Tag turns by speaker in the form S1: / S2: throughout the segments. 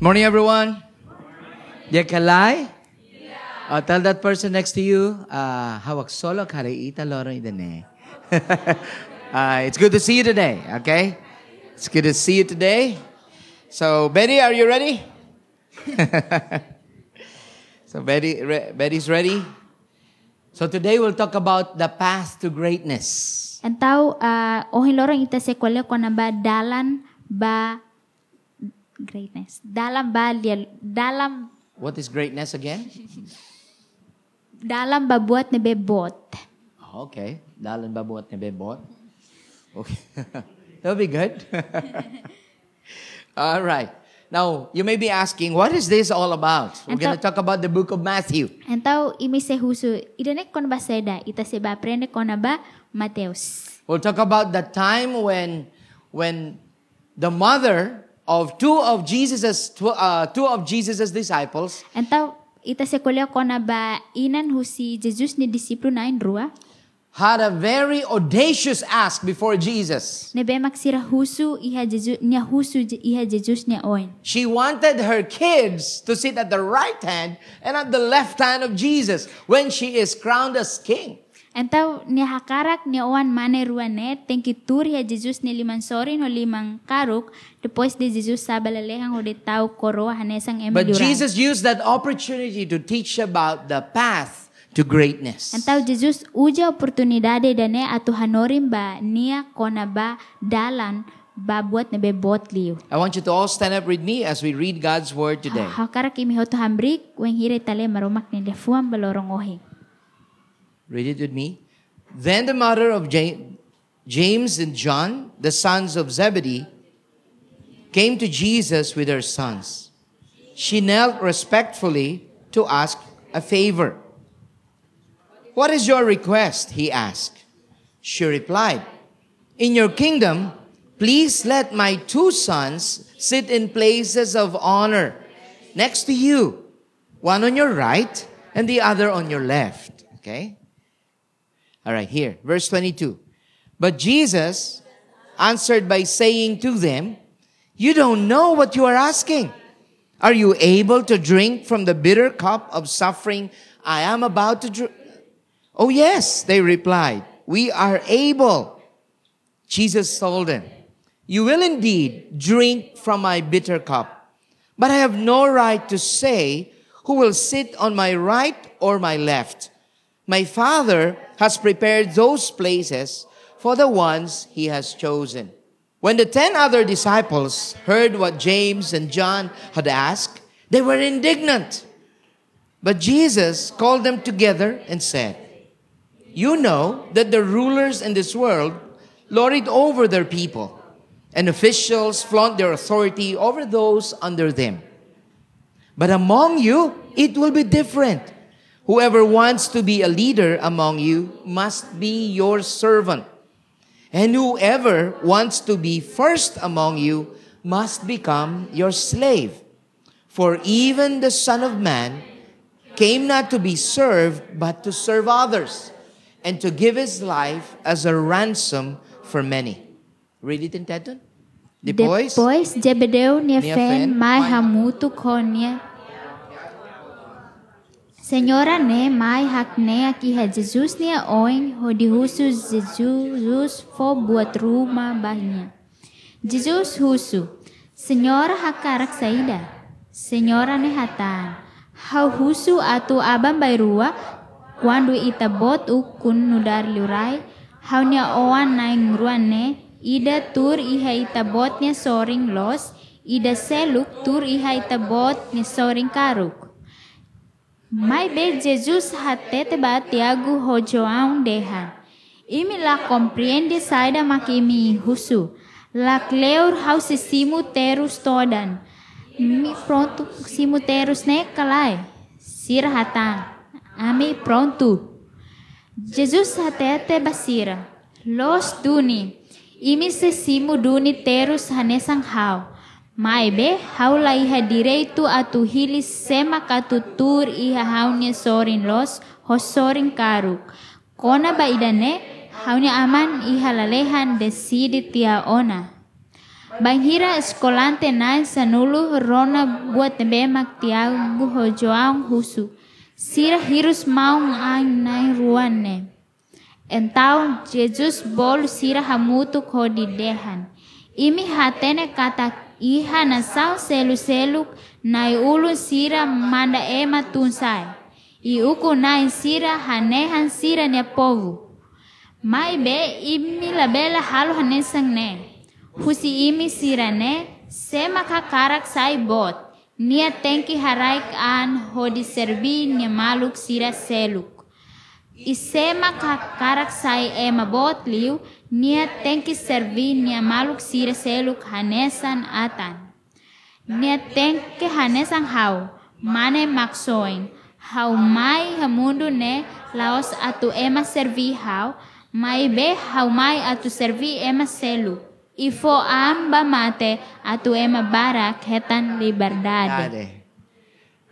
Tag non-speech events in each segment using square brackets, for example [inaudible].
S1: morning, everyone. You can lie? Yeah. Oh, tell that person next to you, uh, hawak solo karaita loro idane. [laughs] uh, it's good to see you today, okay? It's good to see you today. So, Betty, are you ready? [laughs] so, Betty, re- Betty's ready. So, today we'll talk about the path to greatness.
S2: Entau uh, ohin lorong ita sekwele kwa namba dalan ba greatness. Dalam ba lia- dalam
S1: What is greatness again?
S2: dalam ba buat nebe bot.
S1: Oh, Okay. Dalan ba buhat ni Bebot? Okay. [laughs] That'll be good. [laughs] all right. Now, you may be asking, what is this all about? We're
S2: And
S1: going to
S2: so-
S1: talk about the book of Matthew.
S2: Entau imi sehusu idene kon ba seda ita seba prene kon namba Mateus.
S1: We'll talk about the time when, when the mother of two of Jesus's, tw- uh, two of Jesus's disciples,
S2: Entau ita sekwele kwa namba inan husi Jesus ni disiplu nain rua.
S1: had a very audacious ask before Jesus.
S2: Nebe maksira husu iha Jesus nya husu je- iha Jesus nya oin.
S1: She wanted her kids to sit at the right hand and at the left hand of Jesus when she is crowned as king.
S2: Entau ni hakarak ni oan mane ruane tengki turi ha Jesus ni liman sorin ho limang karuk depois de Jesus sabalalehang ho de tau koroa hanesang
S1: But
S2: emedurang.
S1: Jesus used that opportunity to teach about the path to greatness.
S2: Entau Jesus uja oportunidade dane atu hanorim ba nia kona ba dalan ba buat nebe bot liu.
S1: I want you to all stand up with me as we read God's word today.
S2: Hakarak imi hoto hambrik weng hire tale maromak ni lefuam balorong ohe.
S1: Read it with me. Then the mother of Ja- James and John, the sons of Zebedee, came to Jesus with her sons. She knelt respectfully to ask a favor. What is your request? He asked. She replied, In your kingdom, please let my two sons sit in places of honor next to you, one on your right and the other on your left. Okay? All right, here, verse 22. But Jesus answered by saying to them, You don't know what you are asking. Are you able to drink from the bitter cup of suffering I am about to drink? Oh, yes, they replied. We are able. Jesus told them, You will indeed drink from my bitter cup, but I have no right to say who will sit on my right or my left. My Father has prepared those places for the ones he has chosen. When the ten other disciples heard what James and John had asked, they were indignant. But Jesus called them together and said, you know that the rulers in this world lord it over their people, and officials flaunt their authority over those under them. But among you, it will be different. Whoever wants to be a leader among you must be your servant. And whoever wants to be first among you must become your slave. For even the Son of Man came not to be served, but to serve others, and to give his life as a ransom for many. Read it in Teton. Depois,
S2: Depois Jebedeu nia
S1: Nia
S2: fen
S1: fen,
S2: mai
S1: mai
S2: hamutu konia. Senhora ne mai hakne aki ha é Jesus nia oin ho dihusu Jesus fo buat rumah bahnya. Jesus husu. Senhora hakarak saida. Senhora ne hatan. Hau husu atu abam bairua quando ita bot ukun nudar lurai. Hau nia oan naing ruan ne. Ida tur iha ita botnya soring los. Ida seluk tur iha ita botnya soring karuk. Mai be Jesus hatete ba Tiago ho João dehan. Imi la compreende saida makimi husu. La cleur haus simu terus todan. Mi pronto simu terus ne kalai. Sir hatan. Ami pronto. Jesus hatete basira. Los duni. Imi sesimu duni terus hanesang hau. Maibe haula iha direitu atu hili sema katutur iha haunya sorin los hosorin karuk. Kona ba idane haunya aman iha lalehan desidi tia ona. Banhira escolante na sanulu rona buat be maktiagu hojoang husu. Sira hirus maung ang nai ruane. Então Jesus bol sira hamutu kodi dehan. Imi hatene kata iha na sao selu seluk nai ulu sira manda ema tunsai. I uku nai sira hanehan sira ne povu. Mai be imi labela halu hanesang ne. Husi imi sirane sema kakarak sai bot. Nia tenki haraik an hodi serbi nia maluk sira seluk. Isema kakarak sai ema bot liu nia tenki serbi nia maluk sira seluk hanesan atan. Nia tenki hanesan hau mane maksoing. Hau mai hamundu ne laos atu ema servi hau. Mai be hau mai atu servi ema seluk. Ifo amba mate atu ema barak hetan liberdade.
S1: Dade.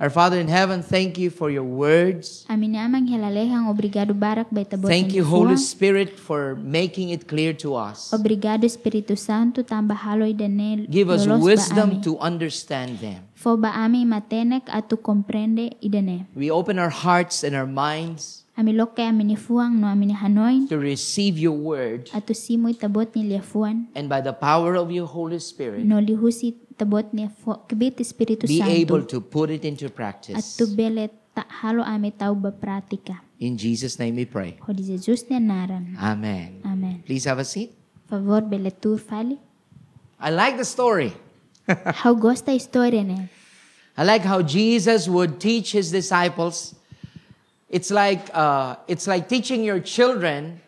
S1: Our Father in heaven, thank you for your words.
S2: Aminamang helalehan, obrigado barak baita boa
S1: Thank you,
S2: tenifua.
S1: Holy Spirit, for making it clear to us.
S2: Obrigado Espírito Santo tamba haloy dene
S1: Give us
S2: lolos
S1: wisdom
S2: ba
S1: to understand them.
S2: Fo ba ami matenek atu comprende idene.
S1: We open our hearts and our minds
S2: Ami loke amini fuang no amini hanoin
S1: to receive your word,
S2: atu simoy tabot ni liafuan
S1: and by the power of your Holy Spirit,
S2: no lihusi tabot ni fo kibit Espírito
S1: be able
S2: Santo
S1: to put it into practice.
S2: atu bele tak halo ami tau ba pratika.
S1: In Jesus' name we pray.
S2: Ho di Jesus ne naran.
S1: Amen.
S2: Amen.
S1: Please have a seat.
S2: Favor bele
S1: [laughs]
S2: tu fali.
S1: I like the story.
S2: How gosta a história, né?
S1: I like how Jesus would teach his disciples. It's like, uh, it's like teaching your children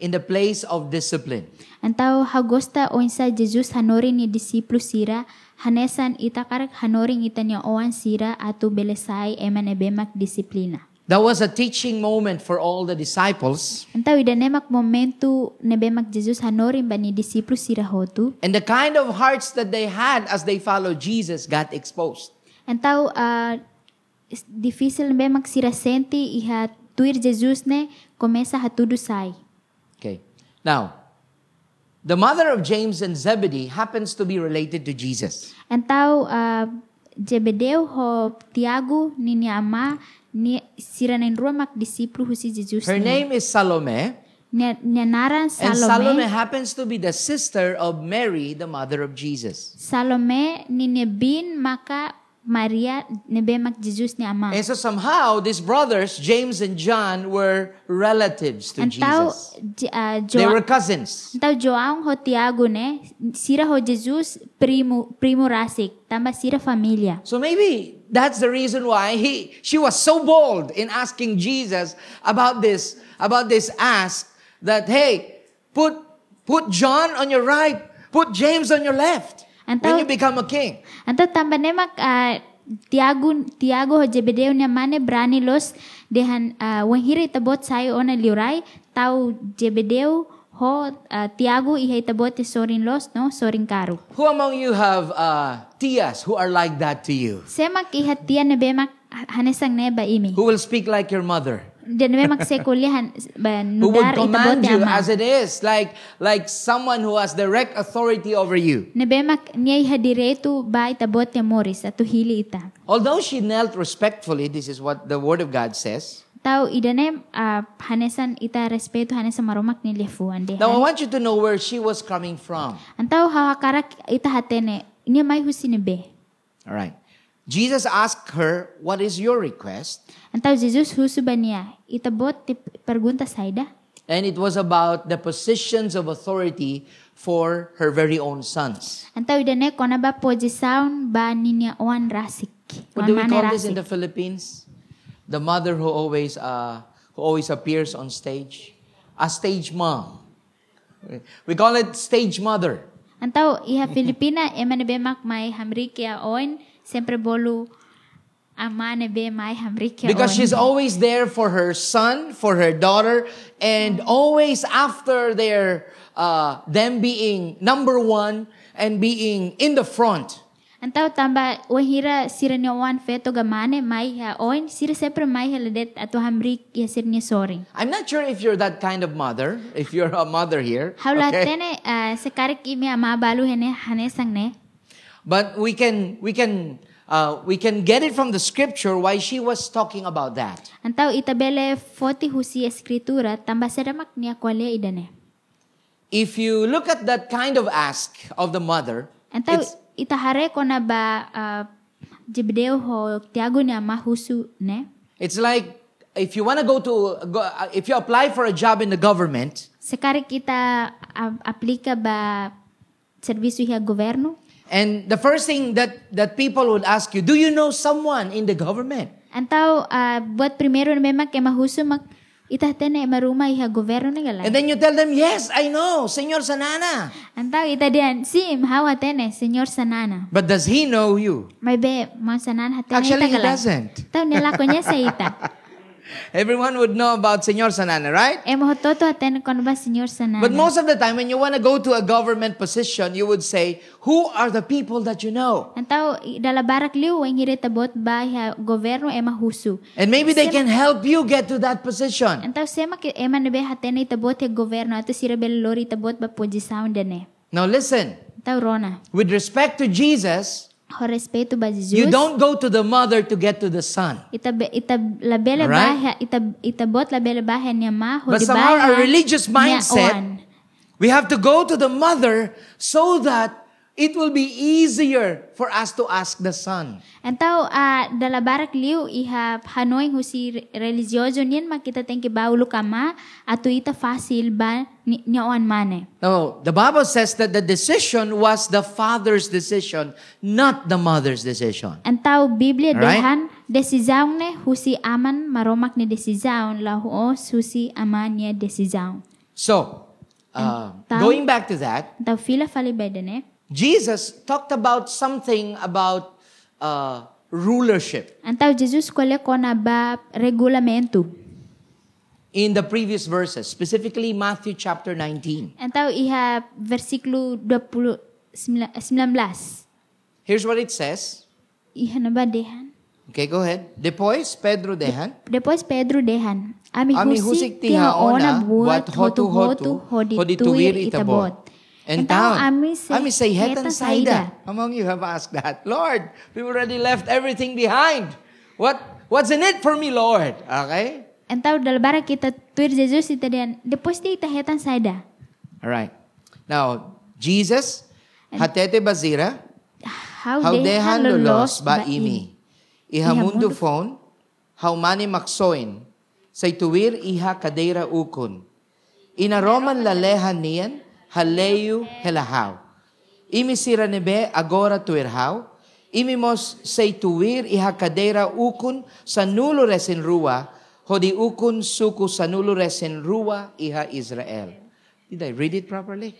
S1: in the place of discipline.
S2: Então, how gosta onsa Jesus hanorin ni discípulo sira, hanesan itakarak hanorin itanya oan sira atu belesai eman ebemak disiplina.
S1: That was a teaching moment for all the disciples.
S2: Então, idanemak momentu nebemak Jesus hanorin ba ni discípulo sira hotu.
S1: And the kind of hearts that they had as they followed Jesus got exposed.
S2: Então, ah, is- difícil nebemak sira senti iha tuir Jesus ne começa hatudu sai.
S1: Okay. Now, the mother of James and Zebedee happens to be related to Jesus.
S2: Então, ah, Jebedeu ho Tiago ni ni ama ni sira nen ruamak discípulo husi Jesus
S1: Her
S2: ne.
S1: name is Salome,
S2: Nya, nya
S1: and
S2: naran Salome.
S1: Salome happens to be the sister of Mary, the mother of Jesus.
S2: Salome ni nebin maka Maria nebemak Jesus ni ama.
S1: And so somehow these brothers, James and John, were relatives to
S2: Antau
S1: Jesus.
S2: j- ah,
S1: They were
S2: Joa-
S1: cousins.
S2: Antau João ho Tiago ne sira ho Jesus primo primo rasik tambah sira familia.
S1: So maybe that's the reason why he she was so bold in asking Jesus about this, about this ask that hey, put put John on your right, put James on your left
S2: And
S1: when
S2: thou-
S1: you become a king.
S2: Antau tambah nemak ah, Tiago Tiago ho Jebedeu ni mane berani los dehan ah, wenghiri tabot sai ona liurai tau Jebedeu ho ah, Tiago ihai tabot sorin los no sorin karu.
S1: Who among you have uh, tias who are like that to you?
S2: Semak ihat dia nebemak hanesang neba imi.
S1: Who will speak like your mother?
S2: Dan nebemak sekuliahan ba
S1: Who would
S2: nudar itabot
S1: command you
S2: yama.
S1: as it is, like like someone who has direct authority over you?
S2: Nebemak niya ihadire tu ba itabot niya moris atu hili ita.
S1: Although she knelt respectfully, this is what the Word of God says.
S2: Tau idane ah, hanesan ita respeto hanesan maromak ni lefuan de.
S1: Now, I want you to know where she was coming from.
S2: Antau hawakarak ita hatene niya may husi nebe.
S1: All right. Jesus asked her, What is your request?
S2: Antau Jesus husu ba niya itabot ti pergunta saida.
S1: And it was about the positions of authority for her very own sons.
S2: Antau idane kona ba poji sound ba ninya oan rasik.
S1: What
S2: Oan
S1: do we
S2: mane
S1: call this in
S2: rasik.
S1: the Philippines? The mother who always, uh, who always appears on stage. A stage mom. We call it stage mother.
S2: Antau iha Filipina emane bemak mai hamrikia oin sempre bolu amane be mai hamrikia
S1: Because
S2: oin.
S1: she's always there for her son, for her daughter, and always after their uh, them being number one and being in the front.
S2: Então tamba o hira sira ne wan feto gamane mai ha oin sira sempre mai heledet ato hamri ya sira ne soring.
S1: I'm not sure if you're that kind of mother, if you're a mother here.
S2: Haula
S1: okay?
S2: tene ah, sekarik ime ama balu hene hane sang ne.
S1: But we can we can uh, we can get it from the scripture why she was talking about that.
S2: Então itabele foti husi escritura tamba seramak nia kole idane.
S1: If you look at that kind of ask of the mother,
S2: Então
S1: it's-
S2: itahare kona ba ah, jebedeu ho tiago ne ama husu ne.
S1: It's like if you want to go to go, uh, if you apply for a job in the government
S2: Sekarik kita ah, aplika ba servisu hia governo.
S1: and the first thing that that people would ask you, do you know someone in the government?
S2: Antaw, ah, buat primero na memang kay mahuso mag itahte na maruma iha gobyerno na galay.
S1: And then you tell them, "Yes, I know, Señor Sanana."
S2: Antaw, ita diyan, sim, hawa tene, senyor sanana.
S1: But does he know you?
S2: May be, mga sanana hatene
S1: Actually,
S2: ita
S1: he
S2: galay.
S1: doesn't.
S2: Antaw, nilako niya sa
S1: [laughs]
S2: ita.
S1: Everyone would know about Señor Sanana, right?
S2: E mahototo hatene kon ba senyor sanana.
S1: But most of the time when you want to go to a government position, you would say, "Who are the people that you know?"
S2: Antaw, i- dalabarak liw, ang hiritabot ba iha gobyerno e mahuso.
S1: And maybe they can help you get to that position.
S2: Antaw, sema ki eman na be hatene itabot iha gobyerno ato si rebel lori itabot ba po jisaon dene.
S1: Now listen,
S2: Antaw, rona.
S1: with respect to Jesus,
S2: Ho respeto ba Jesus?
S1: You don't go to the mother to get to the son.
S2: itab itab
S1: Alright?
S2: labele bahay itab itabot labele bahay niya ma
S1: But
S2: hudi
S1: somehow
S2: bahay
S1: our religious
S2: niya
S1: mindset-
S2: on.
S1: We have to go to the mother so that it will be easier for us to ask the son.
S2: Antaw ah, dalabarak liu iha hanoy husi religyoso niyan makita tengki baulo kama ato ita fasil ba ni- niya on mane.
S1: No, the Bible says that the decision was the father's decision, not the mother's decision.
S2: Antaw Biblia
S1: Alright?
S2: dehan desizaon ne husi aman maromak ni desizaon lahuos husi aman niya desizaon.
S1: So, uh,
S2: tam-
S1: going back to that,
S2: Antaw fila falibede ne.
S1: Jesus talked about something about uh, rulership
S2: Antaw Jesus kole kona ba regulamento.
S1: in the previous verses, specifically Matthew chapter 19.
S2: Atau iha versículo 20, sembilan- 19.
S1: Here's what it says.
S2: Iha naba dehan.
S1: Okay, go ahead. Depois, Pedro dejan.
S2: Depois Pedro dehan. Ami
S1: Ami
S2: husik
S1: husik
S2: tiha ona buat
S1: hotu
S2: hotu-hotu hodituir itabot.
S1: And now,
S2: Entao ami se
S1: ami say
S2: hetan
S1: hetan
S2: saida.
S1: saida. Among you have asked that. Lord, we already left everything behind. What What's in it for me, Lord? Okay?
S2: Entau dalbara kita tuir Jesus ita dehan. Depois dia ita hetan saida.
S1: All right. Now, Jesus, hatete bazira,
S2: How,
S1: haudehan lulos ba imi.
S2: imi.
S1: Iha mundo phone, haumani maksoin, say tuwir iha kadeira ukon. Inaroman lalehan niyan, haleyu helahaw. Imi sira nebe agora tuirhaw, imi mos say tuwir iha kadeira ukon sa nulo resen rua, hodi ukon suku sa nulo resen rua iha Israel. Did I read it properly?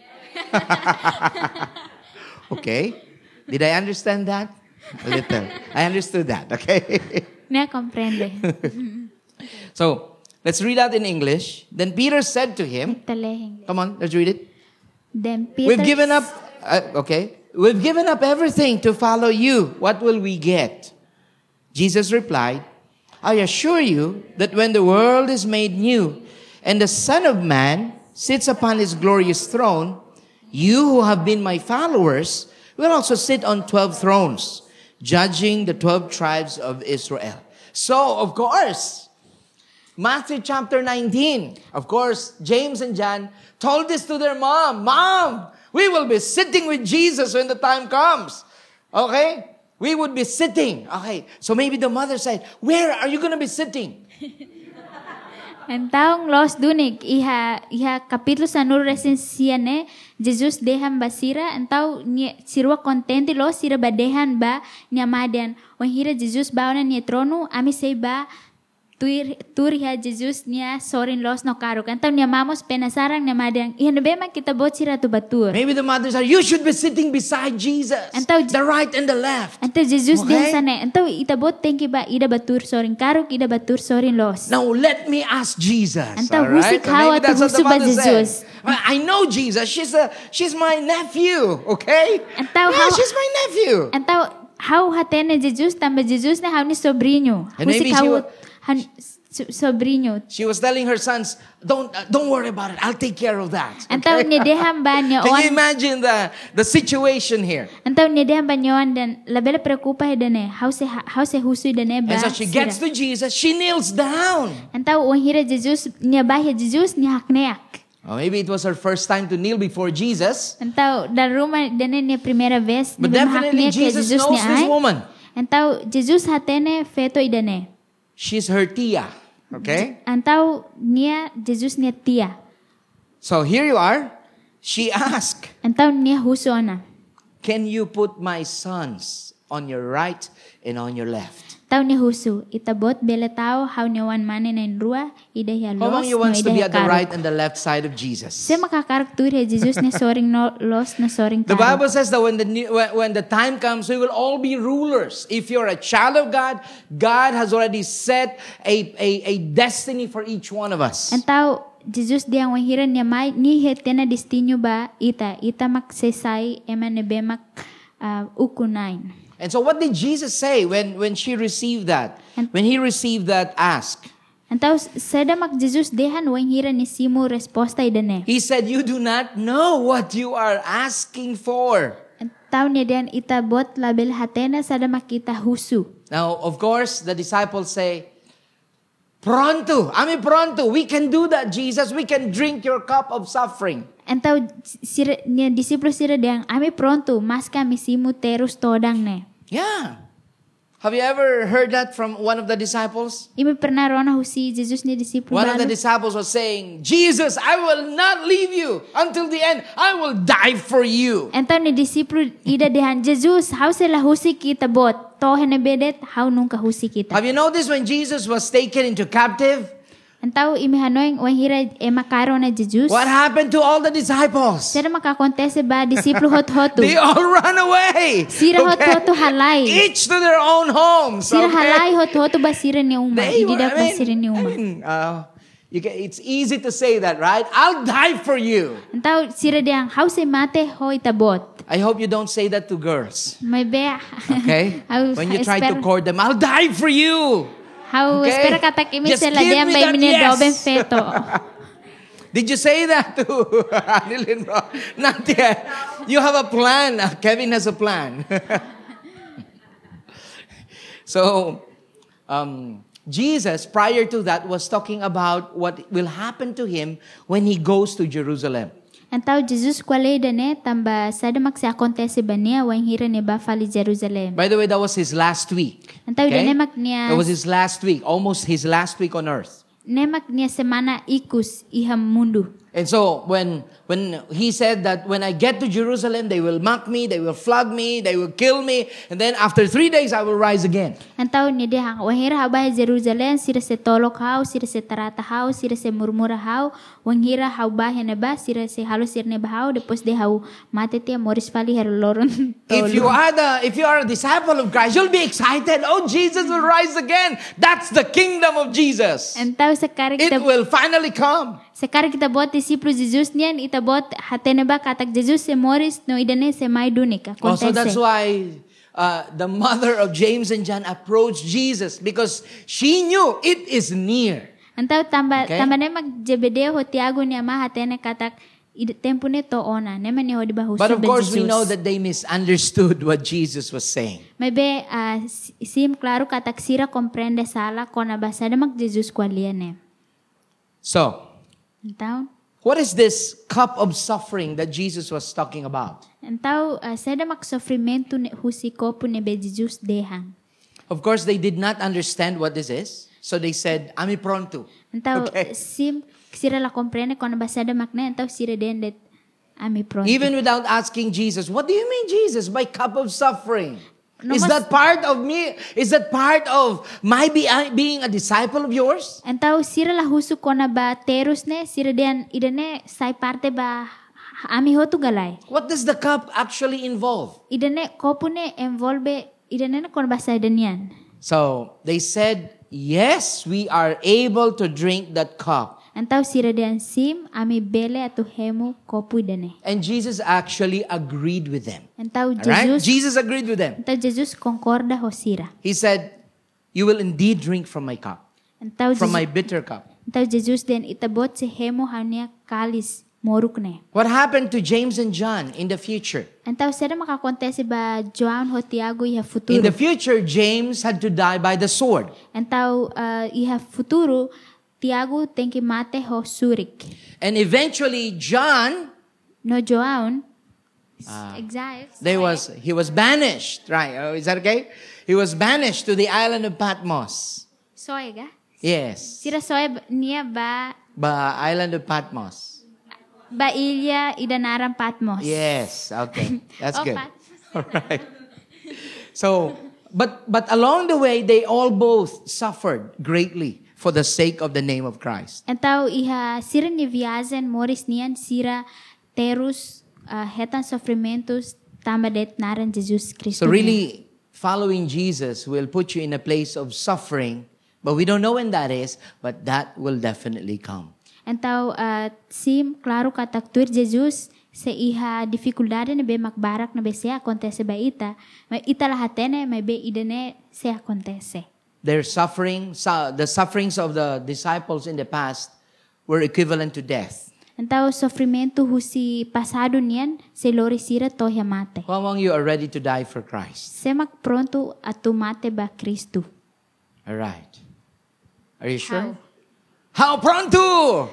S1: Okay. Did I understand that? A little. I understood that. Okay.
S2: Nea [laughs] comprende.
S1: so let's read that in English. Then Peter said to him,
S2: Talehing.
S1: Come on, let's read it.
S2: Then Peter.
S1: We've given up, uh, okay. We've given up everything to follow you. What will we get? Jesus replied, I assure you that when the world is made new and the Son of Man sits upon his glorious throne, you who have been my followers will also sit on 12 thrones, judging the 12 tribes of Israel. So, of course, Matthew chapter 19, of course, James and John told this to their mom Mom, we will be sitting with Jesus when the time comes. Okay? We would be sitting. Okay. So maybe the mother said, Where are you going to be sitting?
S2: Antaong los dunik iha iha kapitlo sa nur resensian ne Jesus dehan basira antaw ni sirwa kontenti los sira badehan ba niya madan wan hira Jesus baonan ni trono ami say ba tuir- turja Jesus nia sorin los no karo. Então nia mamos penasarang nia madang. Ia no bema kita bocira tu batur.
S1: Maybe the mothers are, you should be sitting beside Jesus,
S2: And thou-
S1: the right and the left.
S2: Então Jesus
S1: Okay.
S2: okay. sana. Então ita bot tem que ba ida batur sorin karo, ida batur sorin los.
S1: Now let me ask Jesus.
S2: And thou
S1: all right?
S2: husik
S1: Or maybe
S2: hawa
S1: that's
S2: tu
S1: what the
S2: husuk ba
S1: mother
S2: Jesus.
S1: said. I I know Jesus. She's a she's my nephew. Okay.
S2: And thou
S1: yeah,
S2: how-
S1: she's my nephew.
S2: Então hau hatene Jesus também Jesus nia hau ni sobrinho.
S1: And maybe she
S2: Husik hau
S1: wa-
S2: han so- sobrinho.
S1: She was telling her sons, "Don't uh, don't worry about it. I'll take care of that."
S2: Então nia deham
S1: [laughs]
S2: ba nia
S1: Can you
S2: on.
S1: imagine the the situation here?
S2: Então nia deham ba nia on dan labela preocupa hedane. Hau se hau se husu dane ba.
S1: And so she
S2: sira.
S1: gets to Jesus. She kneels down.
S2: Então, o hira Jesus, nia bahia Jesus, nia hakneak.
S1: Or maybe it was her first time to kneel before Jesus.
S2: Então, da Roma, dene nia primeira vez,
S1: But
S2: nia
S1: definitely
S2: hakneak ya
S1: Jesus
S2: Jesus
S1: knows
S2: nia
S1: this
S2: ai.
S1: woman.
S2: Então, Jesus hatene feto idane.
S1: She's her tia. Okay?
S2: Então, nia Jesus nia tia.
S1: So here you are. She [laughs] asked,
S2: Então, nia husona.
S1: Can you put my sons on your right and on your left?
S2: Então, nia husu. Itabot bela tau, hau nia wan mane na rua, ida hia
S1: How
S2: los,
S1: many
S2: no
S1: wants
S2: ida
S1: to be
S2: hia
S1: at the right
S2: karo.
S1: and the left side of Jesus?
S2: Se makakarok tu hira Jesus nia soring no, los, na
S1: [laughs]
S2: soring
S1: The
S2: karo.
S1: Bible says that when the, new- when when the time comes, we will all be rulers. If you're a child of God, God has already set a, a, a destiny for each one of us.
S2: Então, Jesus dia ang wahiran niya may ni hetena destinyo ba ita ita maksesay eman nebe mak uh, ukunain.
S1: And so, what did Jesus say when, when she received that?
S2: And-
S1: When he received that ask,
S2: Então, sada mak Jesus dehan wahiran ni simo resposta idane.
S1: he said, You do not know what you are asking for.
S2: Então, niya diyan ita bot label hatena sada makita husu.
S1: Now, of course, the disciples say, Pronto, ami pronto, we can do that, Jesus. We can drink your cup of suffering.
S2: Então, sira, niya disiplo sira diyan, ami pronto, mas kami simo terus todang ne.
S1: Yeah. Have you ever heard that from one of the disciples?
S2: Imi pernah rona husi Jesus ni disiplo
S1: One of the
S2: balo.
S1: disciples was saying, Jesus, I will not leave you until the end. I will die for you.
S2: Então ni disiplo ida dehan Jesus, how sila husi kita bot? Tohen na bedet, how nung kahusi kita.
S1: Have you noticed when Jesus was taken into captive?
S2: Então imihanoing wang hira e makaro na Jesus.
S1: What happened to all the disciples?
S2: Sira makakontese ba disiplo hot
S1: [laughs]
S2: hotu?
S1: They all ran away.
S2: Sira hot hotu halay.
S1: Each to their own homes.
S2: Sira
S1: okay?
S2: halay hot hotu ba sira ni uma?
S1: They
S2: Hindi
S1: were,
S2: daw
S1: I
S2: ba
S1: mean,
S2: sira ni
S1: I
S2: uma?
S1: mean, uh, you can, it's easy to say that, right? I'll die for you.
S2: Então sira diyang, how se mate ho itabot?
S1: I hope you don't say that to girls.
S2: May be. [laughs]
S1: Okay?
S2: How
S1: when you try to
S2: esper-
S1: court them, I'll die for you.
S2: How
S1: Okay?
S2: espera katak imi
S1: Just
S2: sila
S1: give
S2: diyang
S1: me
S2: ba
S1: that
S2: imi
S1: yes.
S2: niya doben feto.
S1: [laughs] Did you say that to Annalyn Ro- [laughs] Not yet. You have a plan. Uh, Kevin has a plan. [laughs] so, um, Jesus, prior to that, was talking about what will happen to him when he goes to Jerusalem.
S2: Então Jesus kualay dane tamba sada maksa kontese ba niya wang hira ni ba fali Jerusalem.
S1: By the way, that was his last week.
S2: Ang tawag eh, na nemak niya-
S1: That was his last week, almost his last week on earth.
S2: Nemak niya semana ikus iham mundu.
S1: And so when when he said that when I get to Jerusalem, they will mock me, they will flog me, they will kill me, and then after three days I will rise again.
S2: Antau ni dia hang wahir habah Jerusalem sira se tolok hau sira se tarata hau sira se murmura hau wanghira hau bah ne ba sira se halu sir ne ba hau depois de hau mate tia moris fali her loron
S1: If you are the if you are a disciple of Christ, you'll be excited. Oh, Jesus will rise again. That's the kingdom of Jesus.
S2: Antau sekarang kita
S1: It will finally come.
S2: sekarang kita buat disiplo Jesus nian kita buat hatene ba katak Jesus se moris no idane se mai dunika
S1: Oh, so that's
S2: kontese.
S1: why uh, the mother of James and John approached Jesus because she knew it is near.
S2: Antau tambah
S1: Okay.
S2: tambah ne mag Jebedeo ho Tiago ni ama hatene katak id- tempo ne to ona ne mani ho di ba husu
S1: But of
S2: be
S1: course, we
S2: Jesus.
S1: know that they misunderstood what Jesus was saying.
S2: Maybe ah, si- sim claro katak sira comprende sala kona basada mag Jesus kualiane.
S1: So,
S2: Então,
S1: What is this cup of suffering that Jesus was talking about?
S2: então ah, sada mag sofrimento ne husiko po nebe Jesus dehang.
S1: Of course, they did not understand what this is. So they said, Ami pronto.
S2: Então
S1: Okay.
S2: sim sira la comprende kona basada magne então sira den det ami pronto.
S1: Even without asking Jesus, what do you mean, Jesus, by cup of suffering?
S2: Nomás-
S1: Is that part of me? Is that part of my be- being a disciple of yours?
S2: Então, sira la husu kona ba terus ne, sira dean idane sai parte ba ami hotu galai.
S1: What does the cup actually involve?
S2: Idane kopu ne envolve idane ne kona ba sai danian.
S1: So they said, Yes, we are able to drink that cup.
S2: Então, sira dean sim, ami bele atu hemu kopu idane.
S1: And Jesus actually agreed with them.
S2: Então,
S1: All right?
S2: Jesus,
S1: Jesus agreed with them.
S2: então Jesus concorda ho sira.
S1: He said, You will indeed drink from my cup,
S2: Então,
S1: from my
S2: Jesus,
S1: bitter cup.
S2: então Jesus den itabot se hemu hania kalis moruk ne.
S1: What happened to James and John in the future?
S2: Então, sira makakontese ba João ho Tiago iha
S1: In the
S2: futuro.
S1: future, James had to die by the sword.
S2: Então, uh, iha futuro, Tiago tem que mate ho surik.
S1: And eventually, John,
S2: No João,
S1: Ah.
S2: exiled.
S1: there was he was banished. Right? Oh, is that okay? He was banished to the island of Patmos.
S2: Soega.
S1: Yes,
S2: Sira soe nia ba
S1: the island of Patmos.
S2: ba ilya idanaran Patmos.
S1: Yes. Okay, that's
S2: Oh,
S1: good.
S2: Patmos.
S1: [laughs] All right. So, but but along the way, they all both suffered greatly for the sake of the name of Christ.
S2: Então, iha sira ni viazen moris nian sira terus uh, hetan sofrimentos tamba det naran Jesus Cristo.
S1: So really, following Jesus will put you in a place of suffering, but we don't know when that is. But that will definitely come.
S2: Então, uh, sim, claro katak tuir Jesus se iha dificuldade ne be makbarak ne be se acontece ba ita, ma ita lahatene ma be idene se acontece.
S1: Their suffering, su- the sufferings of the disciples in the past were equivalent to death.
S2: Então, o sofrimento husi passado nian se lorisira tohia mate.
S1: Who among you are ready to die for Christ?
S2: Semak pronto atu mate ba Cristo.
S1: All right. Are you sure? How, pronto?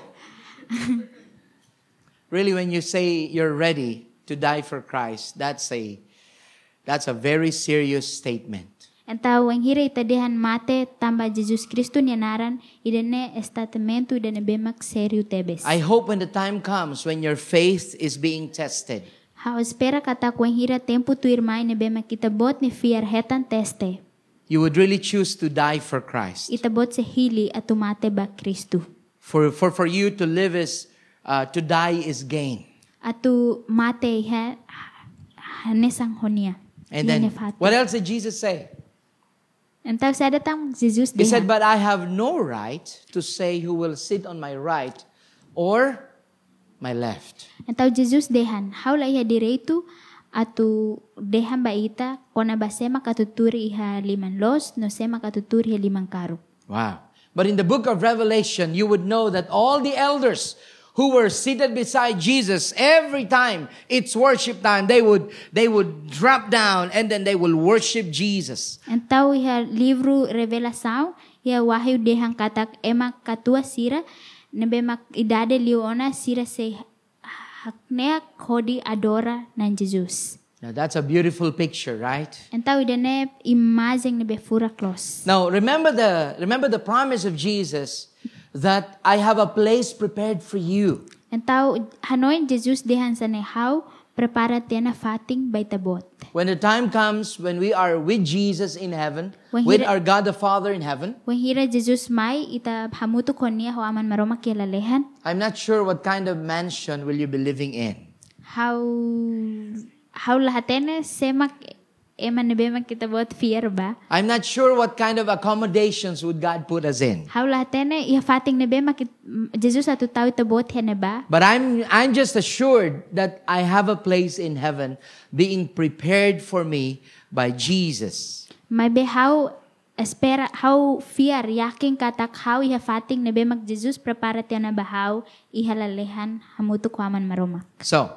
S1: [laughs] really, when you say you're ready to die for Christ, that's a, that's a very serious statement.
S2: Então, ang hira itadihan mate tamba Jesus Cristo nianaran idene estatamento idene bemak serio tebes.
S1: I hope when the time comes when your faith is being tested,
S2: Hao espera kata ko ang hira tempo tu irmai ne bemak itabot ni fiar hetan teste.
S1: you would really choose to die for Christ.
S2: Itabot se hili atu mate ba Cristo.
S1: For, for, for you to live is, uh, to die is gain.
S2: Atu mate ha hanesang honia.
S1: And then,
S2: Inefati.
S1: what else did Jesus say?
S2: Então, sa datang Jesus
S1: He
S2: diha.
S1: said, But I have no right to say who will sit on my right or my left.
S2: Então Jesus dehan, haula iha direito atu dehan baita kona basema katuturi iha liman los no sema katuturi iha liman karu.
S1: Wow. But in the book of Revelation, you would know that all the elders who were seated beside Jesus, every time it's worship time, they would, they would drop down and then they will worship Jesus.
S2: Então iha livro revelação iha wahyu dehan katak emak katua sira nebemak idade liona sira se haknea kodi adora nan Jesus.
S1: Now that's a beautiful picture, right?
S2: Então idane imagem nebe fura klos.
S1: Now remember the, remember the promise of Jesus that I have a place prepared for you.
S2: Então hanoin Jesus dehan sane hau prepara tena fating baita bot.
S1: When the time comes when we are with Jesus in heaven,
S2: When he
S1: with
S2: re-
S1: our God the Father in heaven,
S2: When hira Jesus mai ita hamutu konia ho aman maroma kilalehan
S1: I'm not sure what kind of mansion will you be living in.
S2: how how lahatene semak eman nebemak kita buat fear ba
S1: I'm not sure what kind of accommodations would God put us in.
S2: how lahatene ia fating nebemak Jesus atu tau ita buat hene ba
S1: But I'm I'm just assured that I have a place in heaven being prepared for me by Jesus.
S2: mai be how espera how fear yakin katak how ia fating nebemak Jesus prepara tiana ba how iha lalehan hamutu ko aman maroma
S1: So,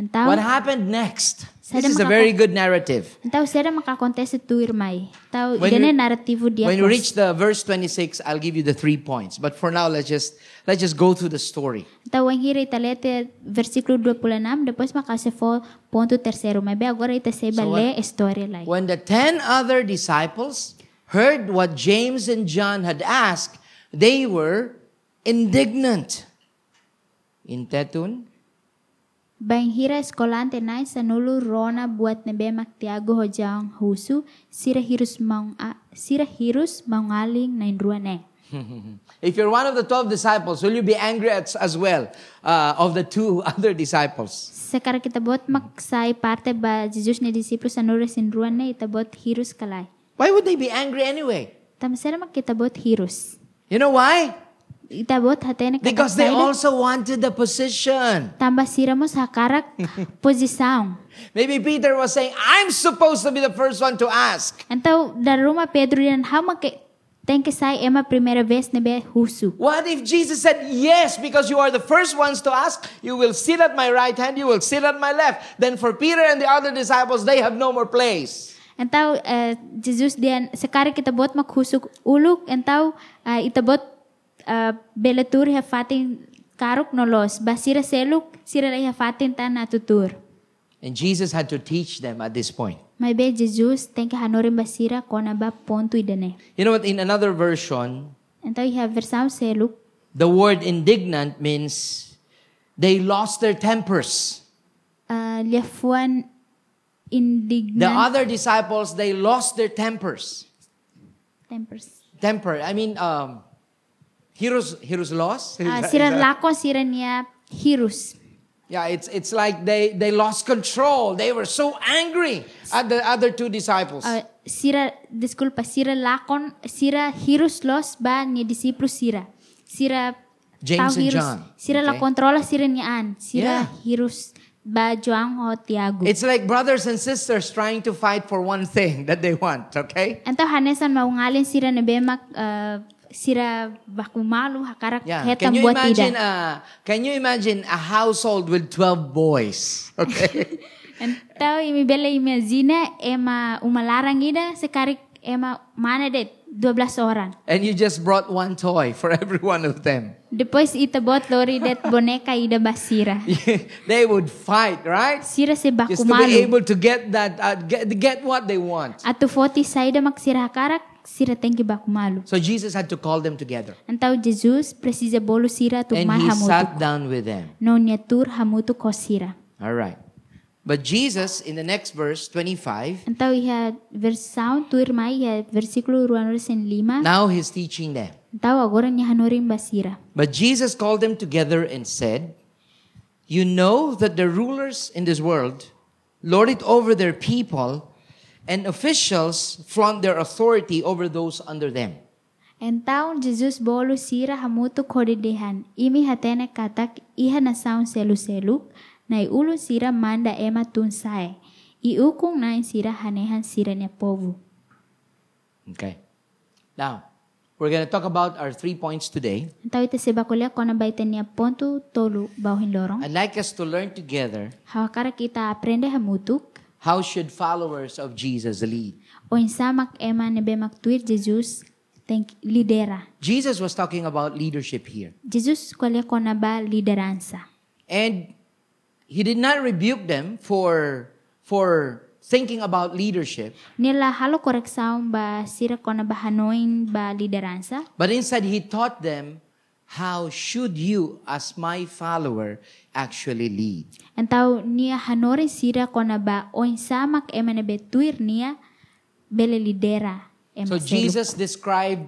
S2: entau
S1: what happened next?
S2: Sa
S1: This is a
S2: mga-
S1: very good narrative.
S2: entau sera makakontese tuir mai tau
S1: When
S2: idene
S1: you-
S2: narrativu dia
S1: When you
S2: kos.
S1: reach the verse 26, I'll give you the three points. But for now, let's just let's just go through the story.
S2: Então, em Hira Italete, versículo 26, depois Macase for ponto terceiro. Mas bem, agora Ita seba
S1: So what-
S2: lê a história lá.
S1: When the ten other disciples heard what James and John had asked, they were indignant. Intetun
S2: Banhira escolante nai sanulu rona buat nebe maktiago hojang husu sira hirus maung a, sira hirus maungaling nain ruane.
S1: If you're one of the 12 disciples, will you be angry at, as well uh, of the two [laughs] other disciples?
S2: Sekarang kita buat maksai parte ba Jesus ne disiplo sanulu sin ruane kita buat hirus kalai.
S1: Why would they be angry anyway?
S2: Tamsera mak kita buat hirus.
S1: You know why?
S2: Kita buat hatene
S1: Because they also wanted the position.
S2: tambah
S1: [laughs]
S2: siramos hakarak posisaung.
S1: Maybe Peter was saying, I'm supposed to be the first one to ask.
S2: Então, da Roma Pedro dan hama que tem que sair ema primeira vez nebe husu.
S1: What if Jesus said, Yes, because you are the first ones to ask, you will sit at my right hand, you will sit at my left. Then for Peter and the other disciples, they have no more place.
S2: Então, eh, Jesus dian sekarang kita buat makhusuk uluk, então eh, kita buat eh, beletur hafatin karuk nolos. Basira seluk, sira lai hafatin tan natutur.
S1: And Jesus had to teach them at this point.
S2: Mas be Jesus tem que hanorin basira kona ba pontu idene.
S1: You know what? In another version,
S2: Então, iha versão seluk,
S1: the word indignant means they lost their tempers.
S2: uh, lia fuan
S1: The
S2: indignan
S1: other disciples, they lost their tempers.
S2: tempers.
S1: Temper, I mean, um, heroes, heroes lost?
S2: Ah, sira lakon sira niya hirus.
S1: Yeah, it's, it's like they, they lost control. They were so angry at the other two disciples.
S2: Uh, sira disculpa sira lakon sira hirus los ba ni disiplo sira sira
S1: James
S2: tau
S1: and
S2: hirus
S1: John,
S2: sira la
S1: okay?
S2: kontrola sira niaan
S1: Yeah.
S2: sira hirus ba Joang ho Tiago
S1: It's like brothers and sisters trying to fight for one [laughs] thing that they want, okay?
S2: ento hanesan maungalin sira nebemak uh, sira bakumalu hakarak
S1: Yeah. Can
S2: hetang
S1: you
S2: buat
S1: imagine?
S2: tidak
S1: Uh, can you imagine a household with twelve boys? [laughs] Okay.
S2: ento imibela imazina ema umalarang ida sekarik ema mana det 12 orang
S1: and you just brought one toy for [laughs] every one of them. [laughs]
S2: Depois itabot lori det boneka ida basira.
S1: [laughs] they would fight, right?
S2: Sira se
S1: Just to be
S2: bakumalu.
S1: able to get that, uh, get, get what they want.
S2: Ato foti saida maksira hakarak, sira tenki bakumalu.
S1: So Jesus had to call them together,
S2: Antau Jesus precisa bolo sira tu
S1: and
S2: mai
S1: he
S2: hamutu.
S1: sat down with them.
S2: No tur hamutu ko sira.
S1: All right. But Jesus, in the next verse, twenty-five,
S2: Antau ia versão tur mai ia versículo 205.
S1: now he's teaching them.
S2: Antau agora nya hanorin basira.
S1: But Jesus called them together and said, You know that the rulers in this world lord it over their people, and officials flaunt their authority over those under them.
S2: Então Jesus bolo sira hamutu kodidehan. Imi hatene katak iha nasaun selu-seluk, nai ulu sira manda ema tun sae. I ukung nai sira hanehan sira ne povo.
S1: Okay. Now, we're going to talk about our three points today.
S2: Então ite seba kolea kona baitenia pontu tolu bauhin lorong.
S1: I'd like us to learn together
S2: Hawakara kita aprende hamutuk,
S1: how should followers of Jesus lead.
S2: o insamak ema nebe maktuir Jesus tenk lidera.
S1: Jesus was talking about leadership here.
S2: Jesus kolea kona ba lideransa.
S1: And he did not rebuke them for for thinking about leadership.
S2: Nila halo koreksaun ba sira kona ba hanoin ba lideransa.
S1: But instead, he taught them how should you, as my follower, actually lead.
S2: Antau nia hanorin sira kona ba oin samak ema nebe tuir nia bele lidera
S1: So
S2: ema selu.
S1: Jesus described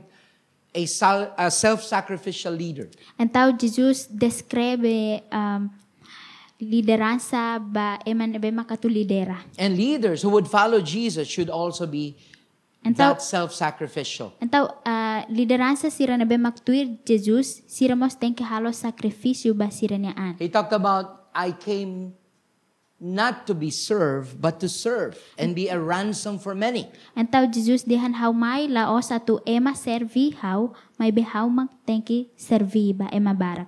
S1: a, sal- a self-sacrificial leader.
S2: Antau Jesus descreve um, lideransa ba ema nebe makatu lidera.
S1: And leaders who would follow Jesus should also be
S2: And so-
S1: that self-sacrificial.
S2: Antau ah, lideransa sira nebe maktuir Jesus sira mos tenke halo sakrifisio ba sira nia an.
S1: He talked about, I came not to be served, but to serve and be a ransom for many.
S2: Antau Jesus dehan hau mai lao satu ema servi hau mai be hau mak tenke servi ba ema barak.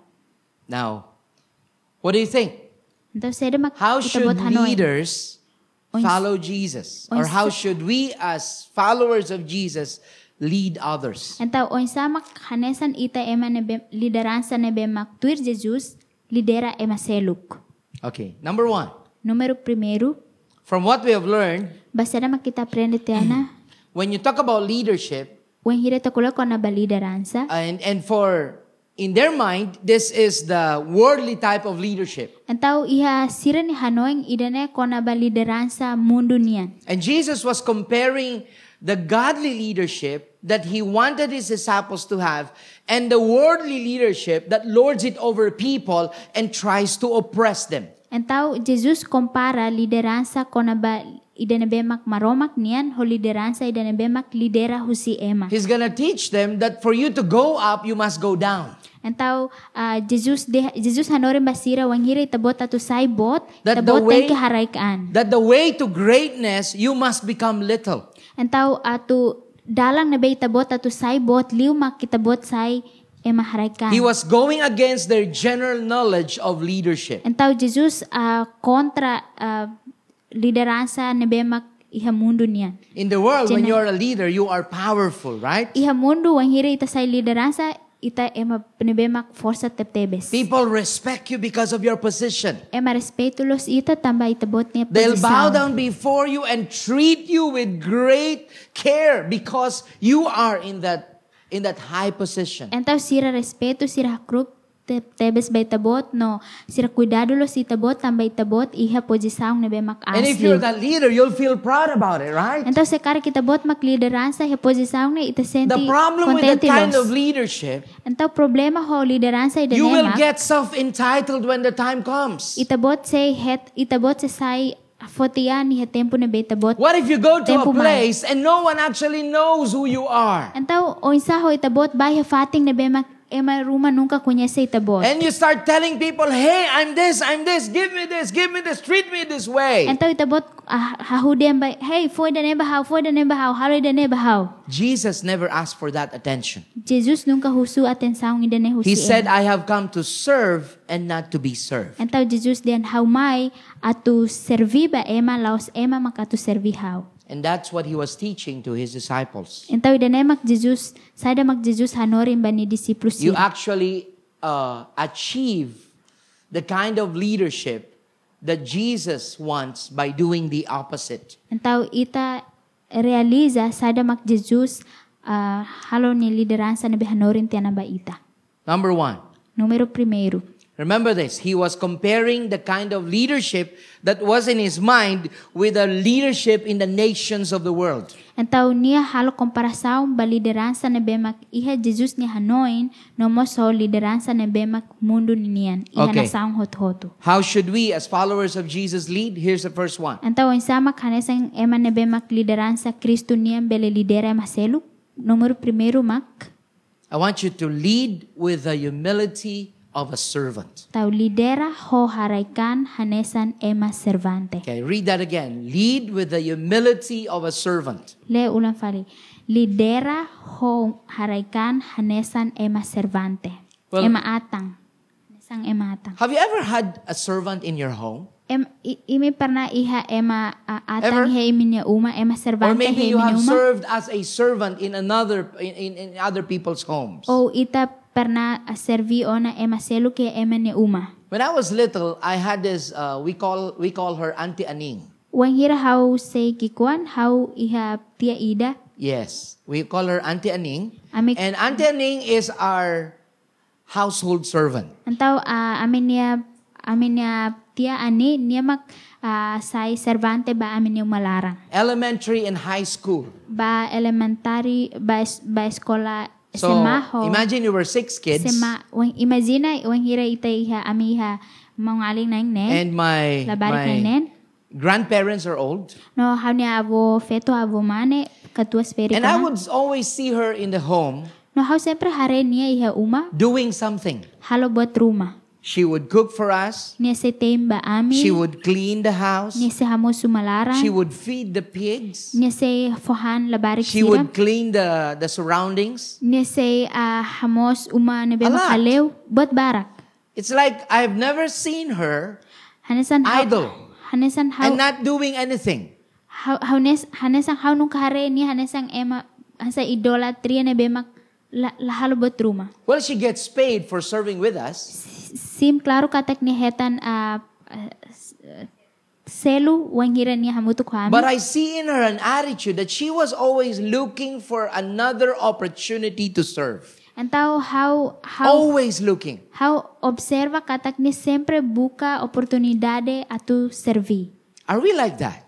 S1: Now, what do you think?
S2: Antau sede mak
S1: How
S2: kita
S1: should
S2: buat hanoin.
S1: leaders follow Jesus? Or how should we, as followers of Jesus, lead others?
S2: Então, o insamak hanesan ita ema nebe, liderança nebe maktuir Jesus, lidera ema seluk.
S1: Okay, number one,
S2: Número primeiro,
S1: from what we have learned,
S2: basera makita aprende teana,
S1: when you talk about leadership
S2: wen hire takula kona ba liderança,
S1: and, and for in their mind, this is the worldly type of leadership.
S2: Então, ia siren hanoing idane kona ba liderança mundunian.
S1: And Jesus was comparing the godly leadership that he wanted his disciples to have and the worldly leadership that lords it over people and tries to oppress them.
S2: Então, Jesus compara liderança com a ba- idane bemak maromak nian ho liderança idane bemak lidera husi ema.
S1: He's going to teach them that for you to go up, you must go down.
S2: Então, ah, Jesus de, Jesus hanore basira wanghira itabot atu sai bot
S1: That the
S2: itabot
S1: way-
S2: tang kiharaikan.
S1: That the way to greatness, you must become little.
S2: Então, atu dalang na be itabot atu sai bot liu mak itabot sai ema haraikan.
S1: He was going against their general knowledge of leadership.
S2: Então, Jesus ah, contra ah, liderança na bemak iha mundo nian.
S1: In the world, when
S2: Gener-
S1: you're a leader, you are powerful, right?
S2: iha mundo wang hira ita sai lideransa ita ema penebemak forsa tebtebes.
S1: People respect you because of your position.
S2: Ema respeto los ita tamba ita bot niya
S1: They'll bow
S2: posisyon.
S1: down before you and treat you with great care because you are in that in that high position.
S2: Entaw sira respeto sira grup tebtebes ba ita bot no sira cuidado los ita bot tamba ita bot iha posisyon nebemak
S1: And if you're
S2: asli.
S1: the leader, you'll feel proud about it, right?
S2: Entaw sekar kita bot mak lideransa iha posisyon ne ita senti
S1: The problem with that
S2: contenti
S1: kind of
S2: los.
S1: leadership,
S2: Entaw problema ho lideransa ida
S1: you will
S2: nemak
S1: get self-entitled when the time comes.
S2: ita bot say het ita bot say sai fotian iha tempo ne beta bot
S1: What if you go to a
S2: Tempo man.
S1: place and no one actually knows who you are?
S2: Então, o ensaio itabot vai refating na bema ema e ruma nunca conhece itabot.
S1: And you start telling people, hey, I'm this, I'm this, give me this, give me this, treat me this way.
S2: Então itabot ah, hahudem ba hey foi da neba hau foi da neba hau halo da neba hau.
S1: Jesus never asked for that attention.
S2: Jesus nunca husu atenção ida ne husi.
S1: He said,
S2: ema.
S1: I have come to serve and not to be served.
S2: Então Jesus den hau mai atu servi ba ema laos ema mak atu servi hau.
S1: And that's what he was teaching to his disciples.
S2: Então ida ne mak Jesus saida mak Jesus hanorin ba ni disiplus.
S1: You actually uh, achieve the kind of leadership that Jesus wants by doing the opposite.
S2: Então ita realiza saida mak Jesus ah, halo ni liderança ne be hanorin tiana ba ita.
S1: Number one,
S2: Número primeiro.
S1: remember this. He was comparing the kind of leadership that was in his mind with the leadership in the nations of the world.
S2: Então, nia halo comparação ba liderança ne bemak iha Jesus ni hanoin no mo so liderança ne bemak mundo ni nian iha
S1: Okay.
S2: okay. nasaung hot hotu.
S1: How should we, as followers of Jesus, lead? Here's the first one.
S2: Então, ensama kanesang ema ne bemak liderança Kristo nian bele lidera ema selu. Número primeiro mak
S1: I want you to lead with the humility of a servant.
S2: tau lidera ho haraikan hanesan ema servante.
S1: Okay, read that again. Lead with the humility of a servant.
S2: Le ulang fali. Lidera ho haraikan hanesan ema servante.
S1: Well-
S2: ema atang. Hanesan ema atang.
S1: Have you ever had a servant in your home?
S2: Em, i- imi pernah iha ema a-
S1: Ever?
S2: atang hei minya uma ema
S1: Or
S2: servante
S1: maybe
S2: hei
S1: you have
S2: minya uma
S1: served as a servant in another in, in, in other people's homes.
S2: o ita pernah a servi ona ema selu ke ema ni uma
S1: When I was little, I had this uh, we call we call her Auntie Aning.
S2: wang hira hau sei kikuan hau iha tia ida
S1: Yes, we call her Auntie Aning.
S2: Ami-
S1: And Auntie Aning is our household servant.
S2: antau a aminia aminia tia ani nia mak a, sai servante ba aminia malarang
S1: Elementary and high school.
S2: ba elementary ba es- ba eskola
S1: So
S2: SMA ho
S1: imagine you were six kids
S2: SMA wang imagina wang hira ita iha ami iha mangaling nang ne
S1: and my,
S2: Labarik na
S1: my
S2: nen.
S1: grandparents are old.
S2: No, haunya avo feto avo mane katuas peri
S1: And I
S2: kana.
S1: would always see her in the home
S2: No, hau sempre hare nia iha uma
S1: doing something.
S2: halo buat rumah.
S1: She would cook for us.
S2: Nia se temba
S1: She
S2: ami,
S1: would clean the house.
S2: nia se hamo sumalarang,
S1: She would feed the pigs.
S2: nia se fohan labarik
S1: She
S2: sira.
S1: would clean the, the surroundings.
S2: Nia se ah, hamos uma nebe
S1: Ala.
S2: makaleu buat barak.
S1: It's like I've never seen her
S2: Hanesan hau
S1: Idol.
S2: Hanesan hau
S1: and not doing anything.
S2: hau hau nes hanesan hau nung hare nia hanesan ema hasa idolatria nebe mak la, la halo buat rumah.
S1: Well, she gets paid for serving with us.
S2: sim claro katak ni hetan ah, ah, s- ah, selo wangirania hamutu kwa
S1: But
S2: ami
S1: I see in her an attitude that she was always looking for another opportunity to serve.
S2: antao how how
S1: Always looking.
S2: how observa katak ni sempre busca oportunidade a tu servir
S1: Are we like that?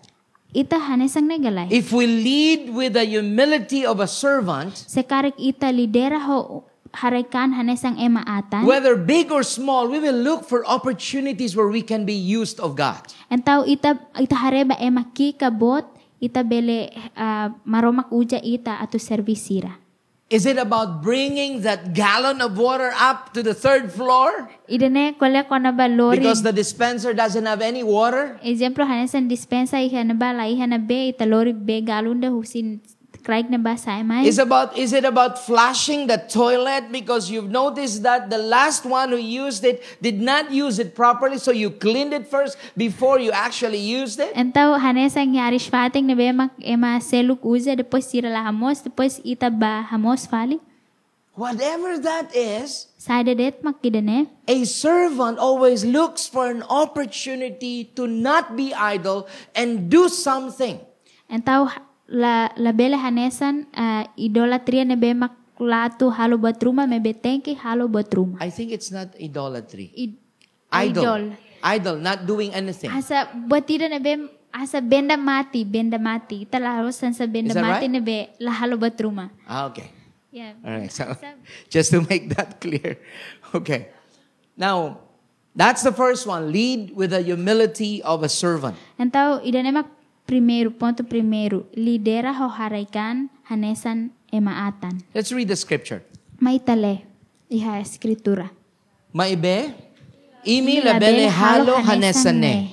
S2: ita hanesang negalai
S1: If we lead with the humility of a servant,
S2: sekarik ita lidera ho harekan hanesang ema atan
S1: whether big or small, we will look for opportunities where we can be used of God.
S2: Entau ita ita hareba ema ki kabot ita bele ah, maromak uja ita atu servisira.
S1: Is it about bringing that gallon of water up to the third floor
S2: Idene kole kona ba lori.
S1: because the dispenser doesn't have any water?
S2: Exemplo hanesan dispensa ihana ba la ihana be ita lori be galunda husin kraik na ba sai mai.
S1: Is about is it about flashing the toilet because you've noticed that the last one who used it did not use it properly, so you cleaned it first before you actually used it?
S2: Entau ya hanesan yari shfating na be ema, ema seluk uja depois sira la hamos depois ita ba hamos fali.
S1: Whatever that is,
S2: Saide det mak idene.
S1: a servant always looks for an opportunity to not be idle and do something.
S2: Entau la la bela hanesan ah, idolatria ne be mak latu halo buat rumah me betengki halo buat rumah.
S1: I think it's not idolatry.
S2: Id-
S1: Idol. Iya. Idol, not doing anything.
S2: Asa buat tidak ne be asa benda mati benda mati. Ita la harus sa benda
S1: Is that
S2: mati
S1: right?
S2: ne be la halo buat rumah. Ya.
S1: Ah, okay.
S2: Yeah.
S1: All right. So [laughs] just to make that [laughs] clear. Okay. Now, that's the first one. Lead with the humility of a servant.
S2: Entau idane mak primeiro ponto primeiro lidera ho haraikan hanesan emaatan.
S1: Let's read the scripture.
S2: Maitale iha escritura.
S1: Maibe imi labele halo hanesane.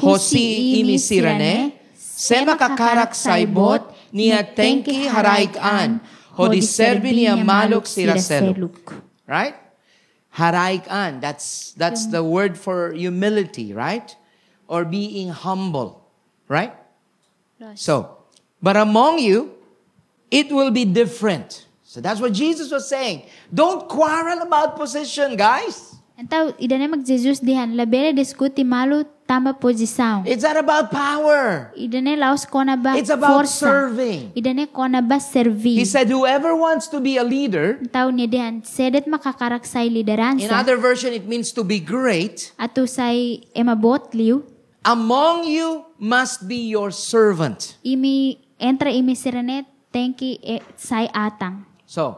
S1: Hosi imi sirane. Sema kakarak saibot niya tenki haraikan. Hodi serbi niya maluk siraseluk. Right? Haraikan. That's that's the word for humility, right? Or being humble, right? So, but among you, it will be different. So that's what Jesus was saying. Don't quarrel about position, guys.
S2: Então, idane mak Jesus dihan labele diskuti malu tamba posição.
S1: It's not about power.
S2: Idane laos kona ba
S1: It's about
S2: força.
S1: serving.
S2: Idane kona ba servir.
S1: He said, whoever wants to be a leader,
S2: Então, ni dihan sedet makakaraksay
S1: in
S2: lideransa.
S1: other version, it means to be great,
S2: Ato say emabot liu.
S1: among you must be your servant.
S2: Imi entra imi sirene tenki e, say atang.
S1: So,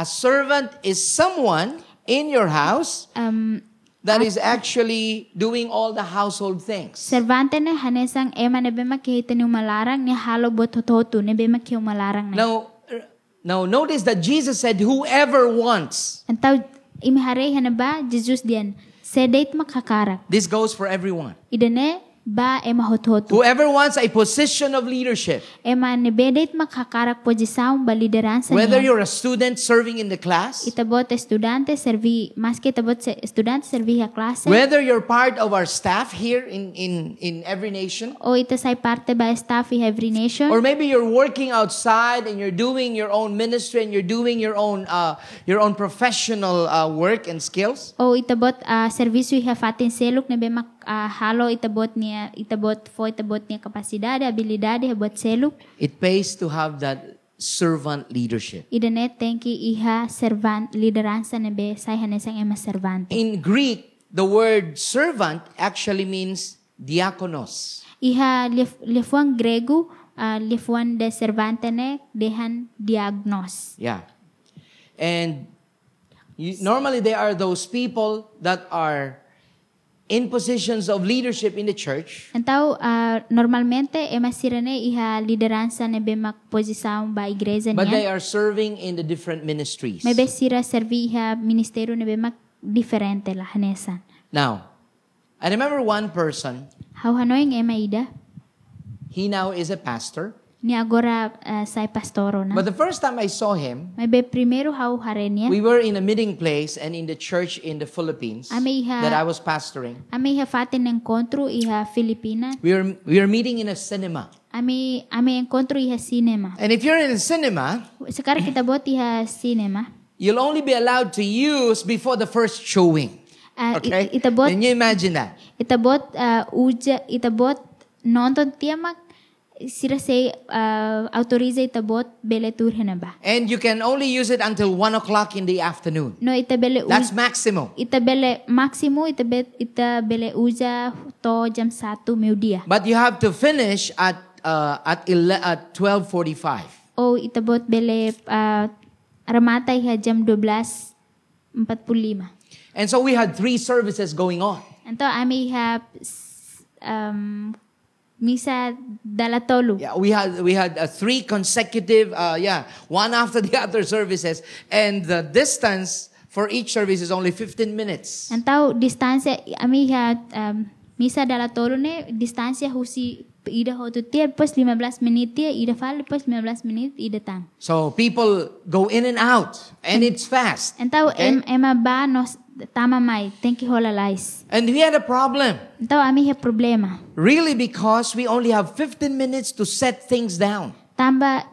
S1: a servant is someone in your house
S2: Um,
S1: that is actually doing all the household things.
S2: servante ne hanesang ema ne bema kehita ni umalarang ni halo bot hototu ne bema ke umalarang ne.
S1: Now, er, now notice that Jesus said, whoever wants.
S2: Então, imi harei hana ba Jesus dihan sedet makakarak.
S1: This goes for everyone.
S2: Idene ba ema hototu.
S1: Whoever wants a position of leadership,
S2: Ema nebedet makakarak posição ba liderança
S1: whether
S2: niya.
S1: you're a student serving in the class,
S2: Itabot estudante servi, mas que itabot se- estudante servi a classe.
S1: whether you're part of our staff here in, in, in every nation,
S2: Ou ita sai parte ba staff in every nation.
S1: or maybe you're working outside and you're doing your own ministry and you're doing your own, uh, your own professional uh, work and skills,
S2: Ou itabot a serviço e fatin seluk na bemak ah, halo itabot niya itabot fo itabot niya kapasidade habilidade hebot seluk
S1: it pays to have that servant leadership.
S2: idene tenki iha servant lideransa nebe sai hanesang ema servante
S1: In Greek, the word servant actually means diakonos.
S2: iha lef, lefuan grego ah, lefuan de servante ne dehan diagnos
S1: Yeah. And you, normally they are those people that are in positions of leadership in the church.
S2: Então, ah, normalmente, é uma sirene e a liderança nebe mak posição ba igreja
S1: But they
S2: niya.
S1: are serving in the different ministries.
S2: Mebe sira servi iha ministério nebe mak diferente lah nessa.
S1: Now, I remember one person,
S2: Hau hanoing ema ida,
S1: he now is a pastor.
S2: ni agora ah, sai pastoro na.
S1: But the first time I saw him,
S2: Mebe primeiro hau harenia,
S1: we were in a meeting place and in the church in the Philippines
S2: Ami ha-
S1: that I was pastoring.
S2: ame iha fatin encontro iha Filipina,
S1: We were, we were meeting in a cinema.
S2: ame ame encontro iha cinema.
S1: And if you're in a cinema, Eh.
S2: Sekarang kita buat iha cinema.
S1: you'll only be allowed to use before the first showing.
S2: Ah, i-
S1: Okay?
S2: itabot,
S1: Can you imagine that?
S2: itabot, ah, uja, itabot, nonton tiamak, sira say, ah, autoriza itabot, bele turhe na ba.
S1: And you can only use it until 1 o'clock in the afternoon.
S2: No, itabele uja,
S1: That's maximum.
S2: itabele, maximo, itabe, itabele uja, to jam satu meudia.
S1: But you have to finish at, uh, at, ele- at 12.45.
S2: O itabot Oh, bele, ah, ramatay ha jam 12, 45.
S1: And so we had three services going on.
S2: Anto, ami ha, s- um, misa dalatolu.
S1: Yeah, we had we had uh, three consecutive, uh, yeah, one after [laughs] the other services, and the distance for each service is only 15 minutes.
S2: Antau distansya ami ha um, misa dala tolo ne distansya husi ida hotu tia pas 15 menit tia ida fal pas 15 menit ida tang.
S1: So people go in and out, and it's fast.
S2: Antau
S1: Okay?
S2: em ema ba nos tama mai thank you holalais.
S1: And we had a problem,
S2: Antau ami ha problema.
S1: really, because we only have 15 minutes to set things down.
S2: Tamba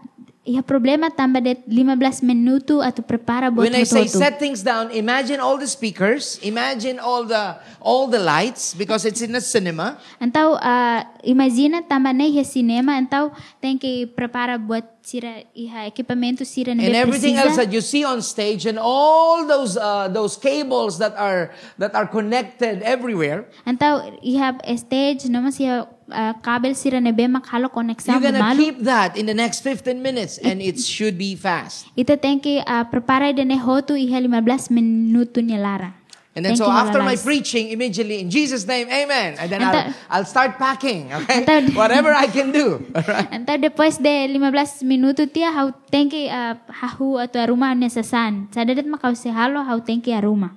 S2: iha problema tamba det 15 minutu atau prepara buat
S1: When I say
S2: hotu.
S1: set things down, imagine all the speakers, imagine all the all the lights, because it's in a cinema.
S2: Antau ah, imagina tamba ne iha cinema antau thank you prepara buat sira iha e equipamento sira ne
S1: and
S2: be
S1: everything
S2: precisa.
S1: else that you see on stage and all those uh, those cables that are that are connected everywhere
S2: Antau ihab e stage naman siya uh, kabel sira na bema kalo
S1: you're
S2: koneksam
S1: going to
S2: malu.
S1: keep that in the next 15 minutes and it should be fast
S2: Ita thank uh, prepare dene hotu iha 15 e minuto niya lara.
S1: and then
S2: Thank
S1: so
S2: you,
S1: after my [laughs]
S2: Malalais.
S1: preaching immediately in jesus name amen and then
S2: And
S1: I'll,
S2: that-
S1: I'll start packing [laughs] okay
S2: that-
S1: whatever i can do [laughs] all right?
S2: Antau depois de 15 minuto tia how thank you uh, hahu ato aruma niya sa san. Sadadat makaw si halo how thank you aruma.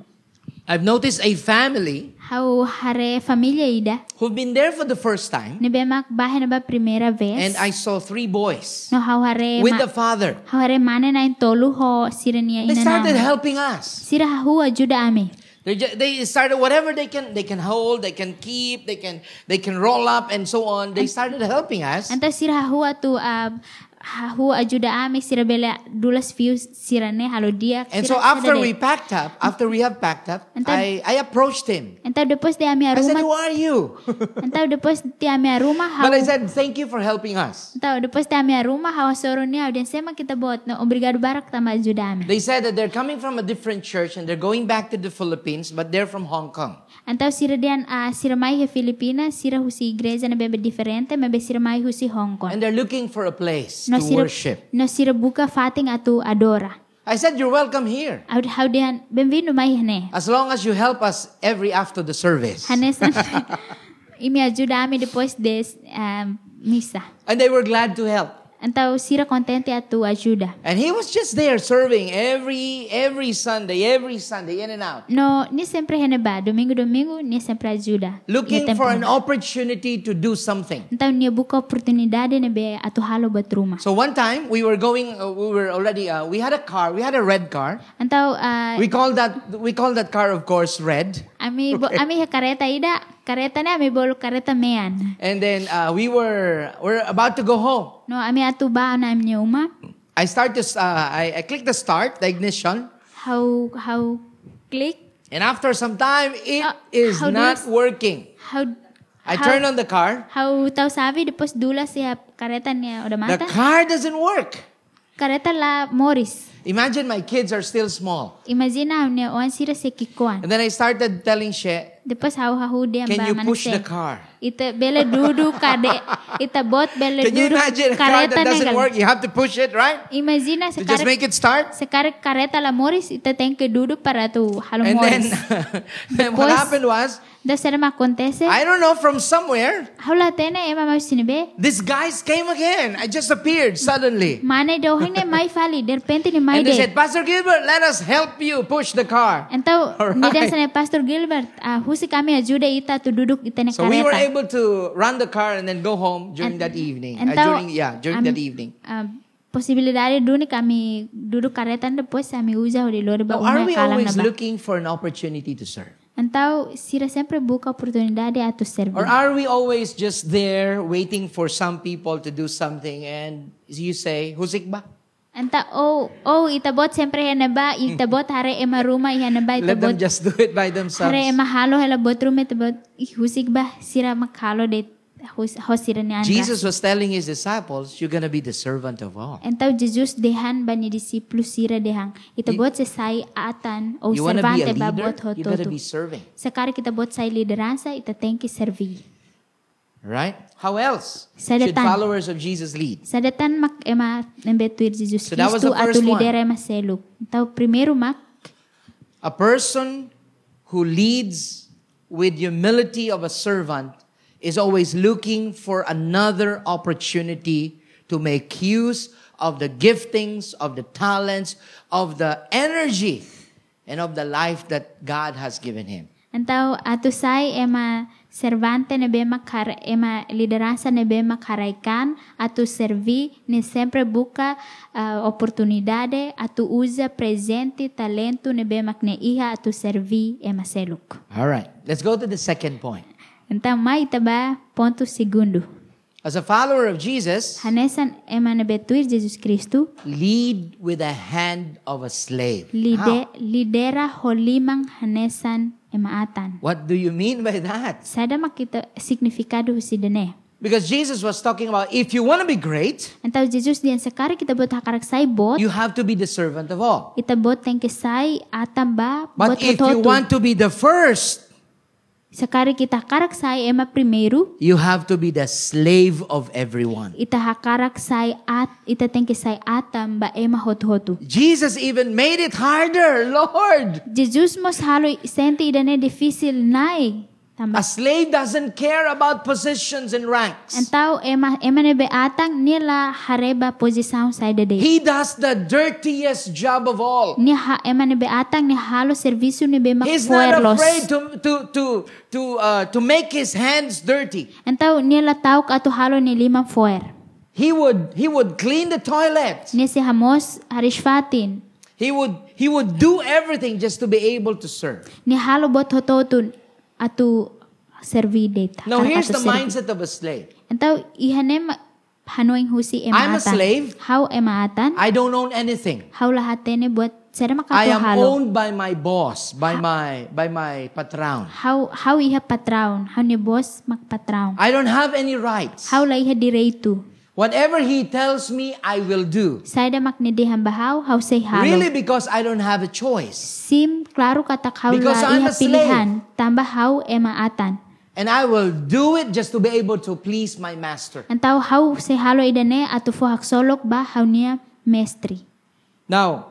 S1: i've noticed a family
S2: How hare familia ida.
S1: who've been there for the first time
S2: Ni bema bahay na ba primera
S1: and
S2: vez.
S1: i saw three boys
S2: no how hare
S1: with the
S2: ma,
S1: father
S2: how hare mana na tolu ho sira niya
S1: they started
S2: inanam.
S1: helping us
S2: Sira hahu ajuda ame.
S1: They, ju- they started whatever they can they can hold, they can keep, they can they can roll up and so on. They started helping us.
S2: Anta sira hahua tu um, hahua ajuda ame sira bela dulas views sira ne halo dia.
S1: And
S2: sira
S1: so after
S2: sada
S1: we
S2: de.
S1: packed up, after we have packed up,
S2: And
S1: I,
S2: then-
S1: I approached him.
S2: Anta depois de ame
S1: I said,
S2: aruma.
S1: Who are
S2: [laughs]
S1: you? but
S2: Anta depois de ame aruma hau.
S1: I said, Thank you for helping us.
S2: Anta depois de ame aruma hau soro ne auden sema kita bot no obrigado barak tama ajuda ame.
S1: They said that they're coming from a different church and they're going back to the Philippines, but they're from Hong Kong.
S2: Anta sira dian ah, sira mai he Filipina sira husi igreja na bebe diferente mebe sira mai husi Hong Kong.
S1: And they're looking for a place
S2: No
S1: to
S2: sira
S1: worship.
S2: no sira buka fating atu adora.
S1: I said, You're welcome here.
S2: Aud hau dian benvindo mai hene.
S1: As long as you help us every after the service. [laughs]
S2: Hanesan. Imi ajuda ami depois des um, misa.
S1: And they were glad to help.
S2: Antau sira contente atu ajuda.
S1: And he was just there serving every every Sunday, every Sunday, in and out,
S2: No, ni sempre heneba. Domingo, domingo, ni sempre ajuda.
S1: looking
S2: Ia
S1: for an
S2: tempo.
S1: opportunity to do something.
S2: Antau ni buka oportunidade nebe atu halo buat rumah.
S1: So one time we were going, uh, we were already, uh, we had a car, we had a red car.
S2: Antau, uh,
S1: We called that, we called that car, of course, red.
S2: ami, bo, ami he kareta ida. Kareta ne ami bolu kareta mean.
S1: And then uh, we were, we're about to go home.
S2: No, ami atu ba na ami uma.
S1: I start to, s- uh, I, I click the start, the ignition,
S2: How, how, click.
S1: and after some time, it
S2: Uh,
S1: is
S2: how do you
S1: not
S2: s-
S1: working.
S2: How,
S1: I turn on the car.
S2: How tau sabi depois dula siya kareta niya ya, udah
S1: The
S2: mata.
S1: car doesn't work.
S2: Kareta la Morris. nah,
S1: Imagine my kids are still small.
S2: Imagina ne on sira se kikuan.
S1: And then I started telling She,
S2: Depois hau hau dia
S1: Can
S2: mba
S1: you
S2: mana
S1: push
S2: se.
S1: the car?
S2: Ita
S1: [laughs]
S2: bela duduk kade. Ita bot bela
S1: Can you
S2: duduk
S1: imagine a car
S2: kareta
S1: that doesn't
S2: negal.
S1: work? You have to push it, right?
S2: Imagina
S1: To just
S2: nah, sekarang
S1: make it start?
S2: sekarang kareta la Morris ita thank you duduk para tu halo
S1: And
S2: Morris.
S1: then, [laughs] then what
S2: Boys-
S1: happened was,
S2: Da sera ma acontece.
S1: I don't know, from somewhere,
S2: ya. Hau la tena ya, ema mau sinibe.
S1: these guys came again. I just appeared suddenly.
S2: Mana dohin
S1: [laughs]
S2: ne mai fali der penti ni mai
S1: And they
S2: de.
S1: said, Pastor Gilbert, let us help you push the car.
S2: Entau
S1: Alright.
S2: ni dan sana Pastor Gilbert ah, husi kami ajuda ita tu duduk ita ne
S1: So we were
S2: kareta.
S1: able to run the car and then go home during that evening. Uh,
S2: Então,
S1: during, yeah, during
S2: am-
S1: that evening.
S2: ah, Posibilidade duni kami duduk karetan depois kami uja di luar ba
S1: Now, are
S2: umai
S1: we
S2: kalang na
S1: always
S2: ba.
S1: looking for an opportunity to serve?
S2: Antau sira sempre buka oportunidade atu
S1: Or
S2: serve.
S1: are we always just there waiting for some people to do something and you say, Husik ba?
S2: Anta oh oh itabot sempre hanaba itabot hare emaruma ihanaba
S1: Hmm. Let them
S2: itabot
S1: just do it by
S2: hare
S1: themselves.
S2: emahalo helabot rume itabot ihusig ba sira makalo de hus- hosira ni anda.
S1: Jesus was telling his disciples, You're going to be the servant of all.
S2: Entaw Jesus dehan ba ni disiplo sira dehang itabot sa say atan o
S1: You want to be a
S2: servante ba
S1: leader?
S2: bot
S1: You better be
S2: oh, hototo.
S1: serving.
S2: Sakari kitabot sa lideransa itatengki servi.
S1: Right? How else
S2: Sa
S1: should
S2: datan.
S1: followers of Jesus lead?
S2: Sa datan mak ema nembetuir Jesus
S1: So that was
S2: Kristo
S1: the first
S2: ato
S1: one.
S2: lidera maselo. Entaw primero mak
S1: A person who leads with humility of a servant is always looking for another opportunity to make use of the giftings, of the talents, of the energy, and of the life that God has given him.
S2: Antaw atusay ema servante na bema kar ema lideransa na bema karaikan atu servi ni sempre buka ah, oportunidade atu usa presente talento na bema kneiha atu servi ema seluk.
S1: All right, let's go to the second point.
S2: Antaw may taba ponto segundo.
S1: As a follower of Jesus,
S2: Hanesan ema na betuir Jesus Kristo
S1: lead with the hand of a slave.
S2: lide,
S1: How?
S2: lidera holimang hanesan ema atan.
S1: What do you mean by that?
S2: Sada makita signifikado husidane.
S1: Because Jesus was talking about if you want to be great,
S2: Antaw Jesus diyan sakari kita bot hakaraksay bot
S1: You have to be the servant of all.
S2: itabot tayong kisay atamba
S1: But
S2: bot
S1: if you
S2: hototo.
S1: want to be the first,
S2: sakari kita karaksay ema primero
S1: you have to be the slave of everyone.
S2: itahakaraksay at itateng kisay atamba ema hothoto
S1: Jesus even made it harder, [laughs] Lord.
S2: Jesus mos halo senti idane difficile nai
S1: A
S2: tamba
S1: slave doesn't care about positions and ranks.
S2: antaw ema ema ne beatang nila hareba posisyon sa dede
S1: He does the dirtiest job of all.
S2: ni ha ema ne beatang ni halo servisyo ni be
S1: He's not
S2: makpuerlos
S1: afraid to to to to uh, to make his hands dirty.
S2: antaw nila tawk ato halo ni limang foer
S1: He would he would clean the toilet.
S2: ni si hamos harishfatin
S1: He would he would do everything just to be able to serve.
S2: ni halo bot hototun atu servi data. Kan
S1: Now here's the mindset of a slave.
S2: Antaw ihane ma- hanoing husi emaatan.
S1: I'm a slave.
S2: How emaatan?
S1: I don't own anything.
S2: How lahatene buat
S1: I
S2: sera
S1: am
S2: makatuhalo.
S1: owned by my boss, by my by my patron.
S2: How how iha patraon? How ni boss magpatraon?
S1: I don't have any rights.
S2: How la iha direitu?
S1: Whatever he tells me, I will do.
S2: Saida maknidihan bahaw how say halo.
S1: Really, because I don't have a choice,
S2: Sim klaro katak how la
S1: Because I'm
S2: iha
S1: a slave.
S2: pilihan tambah how emaatan.
S1: and I will do it just to be able to please my master.
S2: Antaw how say halo idane atu fuhak solok ba how niya mestri.
S1: Now,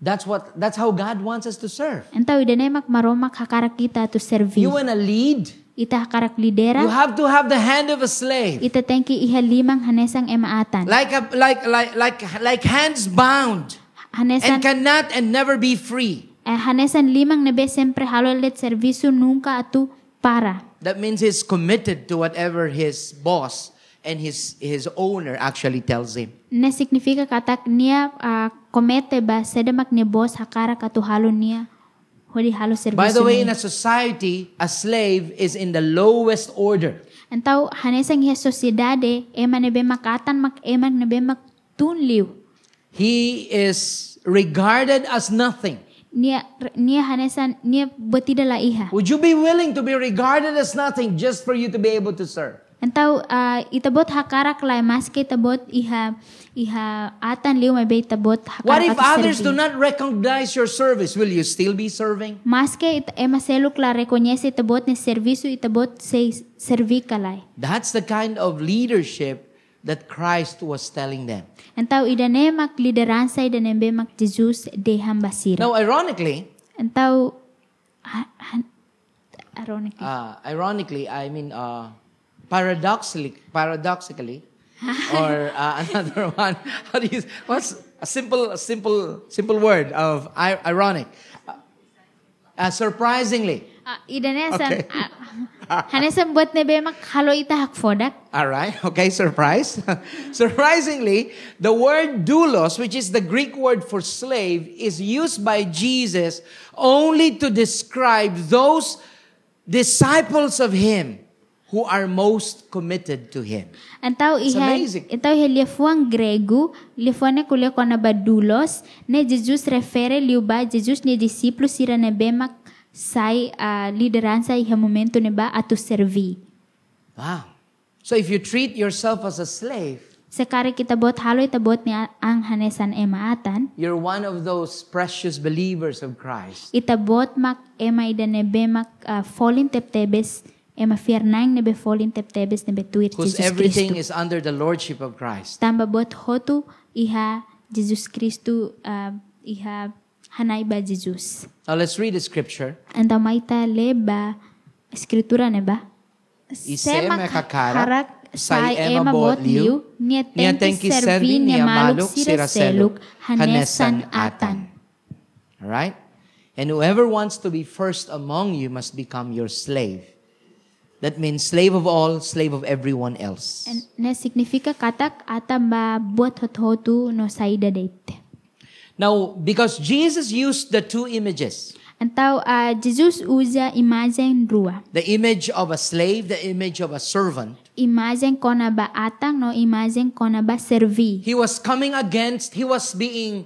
S1: that's what that's how God wants us to serve.
S2: Antaw idane makmaroma hakarak kita to servi.
S1: You want to lead,
S2: Ita hakarak
S1: you
S2: lidera.
S1: have to have the hand of a slave,
S2: Ita tengki iha limang hanesang emaatan.
S1: like a, like like like like hands bound and
S2: Hanesan
S1: cannot and never be free.
S2: eh, hanesan limang nebe sempre halo let servisu nunca atu para.
S1: That means he's committed to whatever his boss and his, his owner actually tells him.
S2: Ne signifika katak niya ah, komete ba sedemak ni boss hakarak atu halo niya. Hodi halo servisu.
S1: By the way, in
S2: niya.
S1: a society, a slave is in the lowest order.
S2: Antaw hanesang iha sosidade ema nebe makatan mak ema nebe mak tunliw.
S1: He is regarded as nothing.
S2: Niya, niya hanesan niya betidala iha.
S1: Would you be willing to be regarded as nothing just for you to be able to serve?
S2: Antaw ah, itabot hakarak lai maski itabot iha iha atan liu may itabot hakarak
S1: What if
S2: ato
S1: others do
S2: serbi.
S1: not recognize your service? Will you still be serving?
S2: Maski it ema seluk la reconhece itabot ni servisu itabot se servi kalay.
S1: That's the kind of leadership that Christ was telling them.
S2: Antaw idane mak lideransa idane be mak Jesus de hambasira.
S1: Now, ironically,
S2: Antaw ha- han- ironically.
S1: uh, ironically, I mean, uh, paradoxically, paradoxically, or uh, another [laughs] one. How do you? What's a simple, a simple, simple word of I- ironic? Uh, surprisingly,
S2: Ah, idane sa
S1: Okay.
S2: ah, [laughs] hanesan bot ne be mak halo ita hakfodak.
S1: all right, [laughs] okay, surprise. [laughs] Surprisingly, the word doulos, which is the Greek word for slave, is used by Jesus only to describe those disciples of Him who who are most committed to Him.
S2: Então,
S1: amazing.
S2: ihe, então ele foi um grego, ele foi ne kule kona badulos, ne Jesus refere liuba Jesus ne discípulos ira ne bema sai a liderança e momento ne ba atu servi.
S1: Wow. So if you treat yourself as a slave,
S2: Sekare kita bot halo ita bot ni a- ang hanesan ema atan,
S1: you're one of those precious believers of Christ.
S2: ita bot mak ema ida ne bema uh, folin tebes ema fiernang ne be folin tebes ne be tuir
S1: Whose
S2: Jesus Kristo.
S1: everything is under the lordship of Christ.
S2: Tamba bot hotu iha Jesus Kristo uh, iha hanai ba Jesus.
S1: Now let's read the scripture.
S2: Anda maita leba ya, escritura ne ba?
S1: Isema kakarak,
S2: sai ema bot liu, nia
S1: nia
S2: tenki
S1: tenki
S2: servi nia maluk siraseluk, hanesan atan.
S1: All right? And whoever wants to be first among you must become your slave. That means slave of all, slave of everyone else.
S2: Ne significa katak atamba bot hot hotu no saida date.
S1: Now, because Jesus used the two images
S2: Então, a eh, Jesus usa imagem rua.
S1: the image of a slave, the image of a servant
S2: Imagem kona ba atang no imagem kona ba servi.
S1: he was coming against, he was being,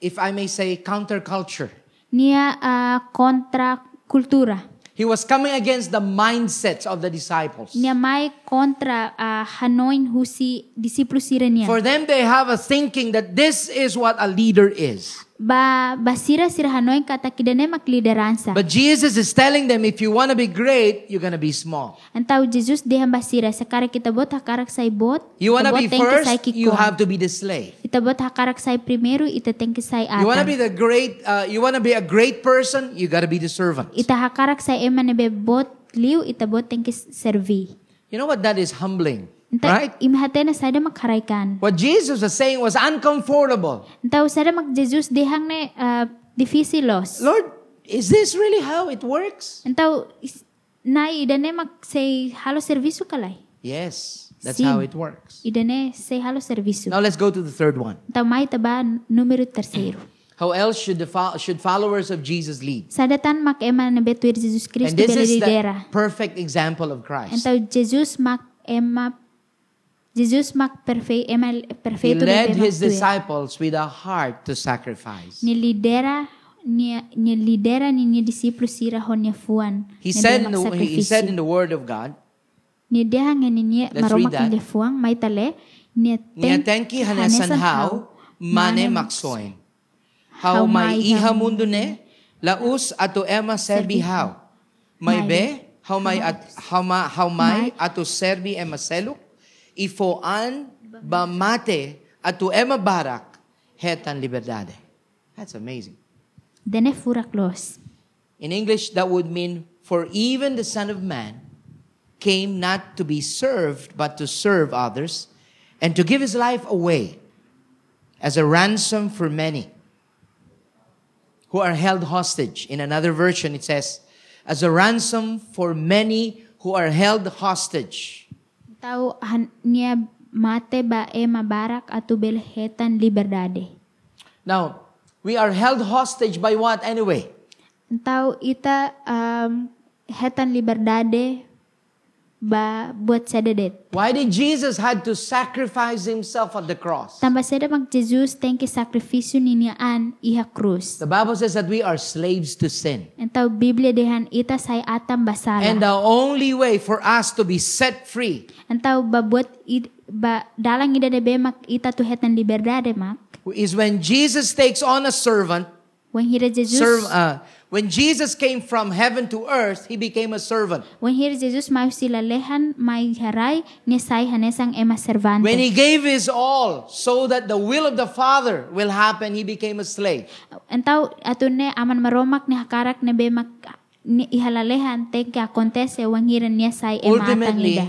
S1: if I may say, counterculture.
S2: Nia ah, kontra kultura.
S1: He was coming against the mindsets of the disciples.
S2: Nia mai kontra ah, hanoin husi disiplu sira nia.
S1: For them, they have a thinking that this is what a leader is.
S2: ba basira sira hanoin kata kidane mak lideransa.
S1: But Jesus is telling them, if you want to be great, you're going to be small.
S2: Antau Jesus dehan basira sekara kita bot hakarak sai bot.
S1: You want to
S2: kita
S1: be
S2: bot tengki sai
S1: first, you
S2: kikong.
S1: have to be the slave.
S2: Kita bot hakarak sai primero ita tengki sai
S1: You want to be
S2: atan.
S1: the great, uh, you want to be a great person, you got to be the servant.
S2: Ita hakarak sai ema nebe bot liu ita bot tengki servi.
S1: You know what? That is humbling,
S2: Entau
S1: right?
S2: imhatena sada mak haraikan.
S1: What Jesus was saying was uncomfortable.
S2: Entau sada mak Jesus dehang ne ah, difícilos.
S1: Lord, is this really how it works?
S2: Então, is- nai idane mak say halo servisu kalai.
S1: Yes, that's
S2: Sim.
S1: how it works.
S2: Idane say halo servisu.
S1: Now let's go to the third one.
S2: Então, mai taba número terceiro.
S1: How else should the fo- should followers of Jesus lead?
S2: Sadatan mak ema na betuir Jesus Kristo
S1: And this
S2: bela
S1: is the
S2: lidera.
S1: perfect example of Christ.
S2: Então, Jesus mak ema Jesus mak perfe ema
S1: He
S2: perfeito
S1: led
S2: mak
S1: his
S2: tuir.
S1: disciples with a heart to sacrifice.
S2: Ni lidera ni ni lidera ni ni discípulo sira honya fuan.
S1: He
S2: Ni
S1: said,
S2: dia
S1: in
S2: mak
S1: the, he
S2: sacrificio.
S1: said in the Word of God,
S2: Ni dia hang ni ni
S1: Let's read
S2: maroma
S1: that.
S2: kile fuang mai tale ni
S1: Niya tenki hanesan hao, mane maksoin. How may iha mundo ne, laus ato ema serbi hao. May be, how may at, how ma, how may ato serbi ema seluk, ifoan bamate ato ema barak, hetan liberdade. That's amazing.
S2: Dene furak los.
S1: In English, that would mean, for even the Son of Man came not to be served, but to serve others, and to give his life away as a ransom for many who are held hostage. In another version, it says, as a ransom for many who are held hostage.
S2: Tau han, nia mate ba e mabarak atu belhetan liberdade.
S1: Now, we are held hostage by what anyway?
S2: Tau ita um, hetan liberdade ba buat sededet.
S1: Why did Jesus had to sacrifice himself on the cross?
S2: Tambah seda mag Jesus thank you sacrificio niniaan iha krus.
S1: The Bible says that we are slaves to sin.
S2: Entau Biblia dehan ita say
S1: And
S2: atam basala.
S1: the only way for us to be set free,
S2: Entau ba buat id, ba dalang ida de mak ita tu hetan liberdade mak.
S1: is when Jesus takes on a servant.
S2: When hira Jesus
S1: Serve, uh, when Jesus came from heaven to earth, he became a servant.
S2: When here Jesus mau silalehan mai harai ni sai hanesang ema servante.
S1: When he gave his all so that the will of the Father will happen, he became a slave.
S2: Entau atune aman maromak ni hakarak ne bemak ni ihalalehan te ke akontese when here ni sai ema atang ida.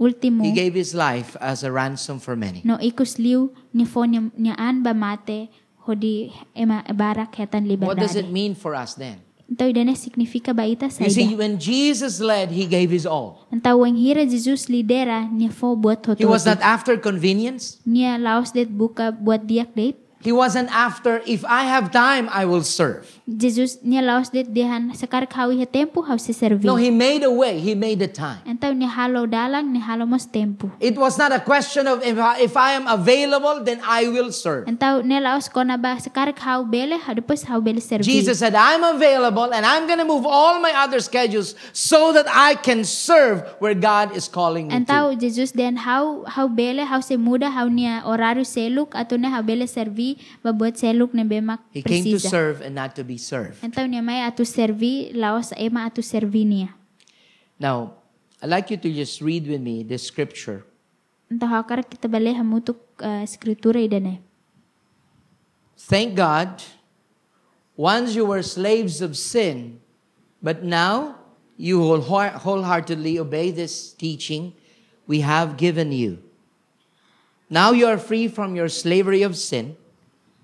S1: Ultimately,
S2: Ultimo
S1: he gave his life as a ransom for many.
S2: no ikus liu ni fo ni ni an ba mate hodi ema barak hetan
S1: What does it
S2: liberdade.
S1: mean for us then?
S2: Entau idane significa baita
S1: You see,
S2: saida.
S1: when Jesus led, he gave his all.
S2: Entau when here Jesus lidera ni fo buat
S1: He was
S2: hoto.
S1: not after convenience.
S2: Nia laos det buka buat diak det.
S1: He wasn't after, if I have time, I will serve.
S2: Jesus nia laos dit dehan sekar kawi he tempo hau se servir.
S1: No, he made a way, he made a time.
S2: Então nia halo dalang nia halo mos tempo.
S1: It was not a question of if I, if I am available, then I will serve.
S2: Então nia laos kona ba sekar kau bele hau depois hau bele servir.
S1: Jesus said, I'm available and I'm going to move all my other schedules so that I can serve where God is calling me to.
S2: Então Jesus den hau hau bele hau se muda hau nia horário seluk atau nia hau bele servir ba buat seluk nia bemak
S1: He came to
S2: precisa.
S1: serve and not to be served.
S2: Então nia mai atu servi laos ema atu servi nia.
S1: Now, I'd like you to just read with me this scripture.
S2: Então hau kar kita bele hamutuk uh, skritura idane.
S1: Thank God, once you were slaves of sin, but now you whole- wholeheartedly obey this teaching we have given you. Now you are free from your slavery of sin,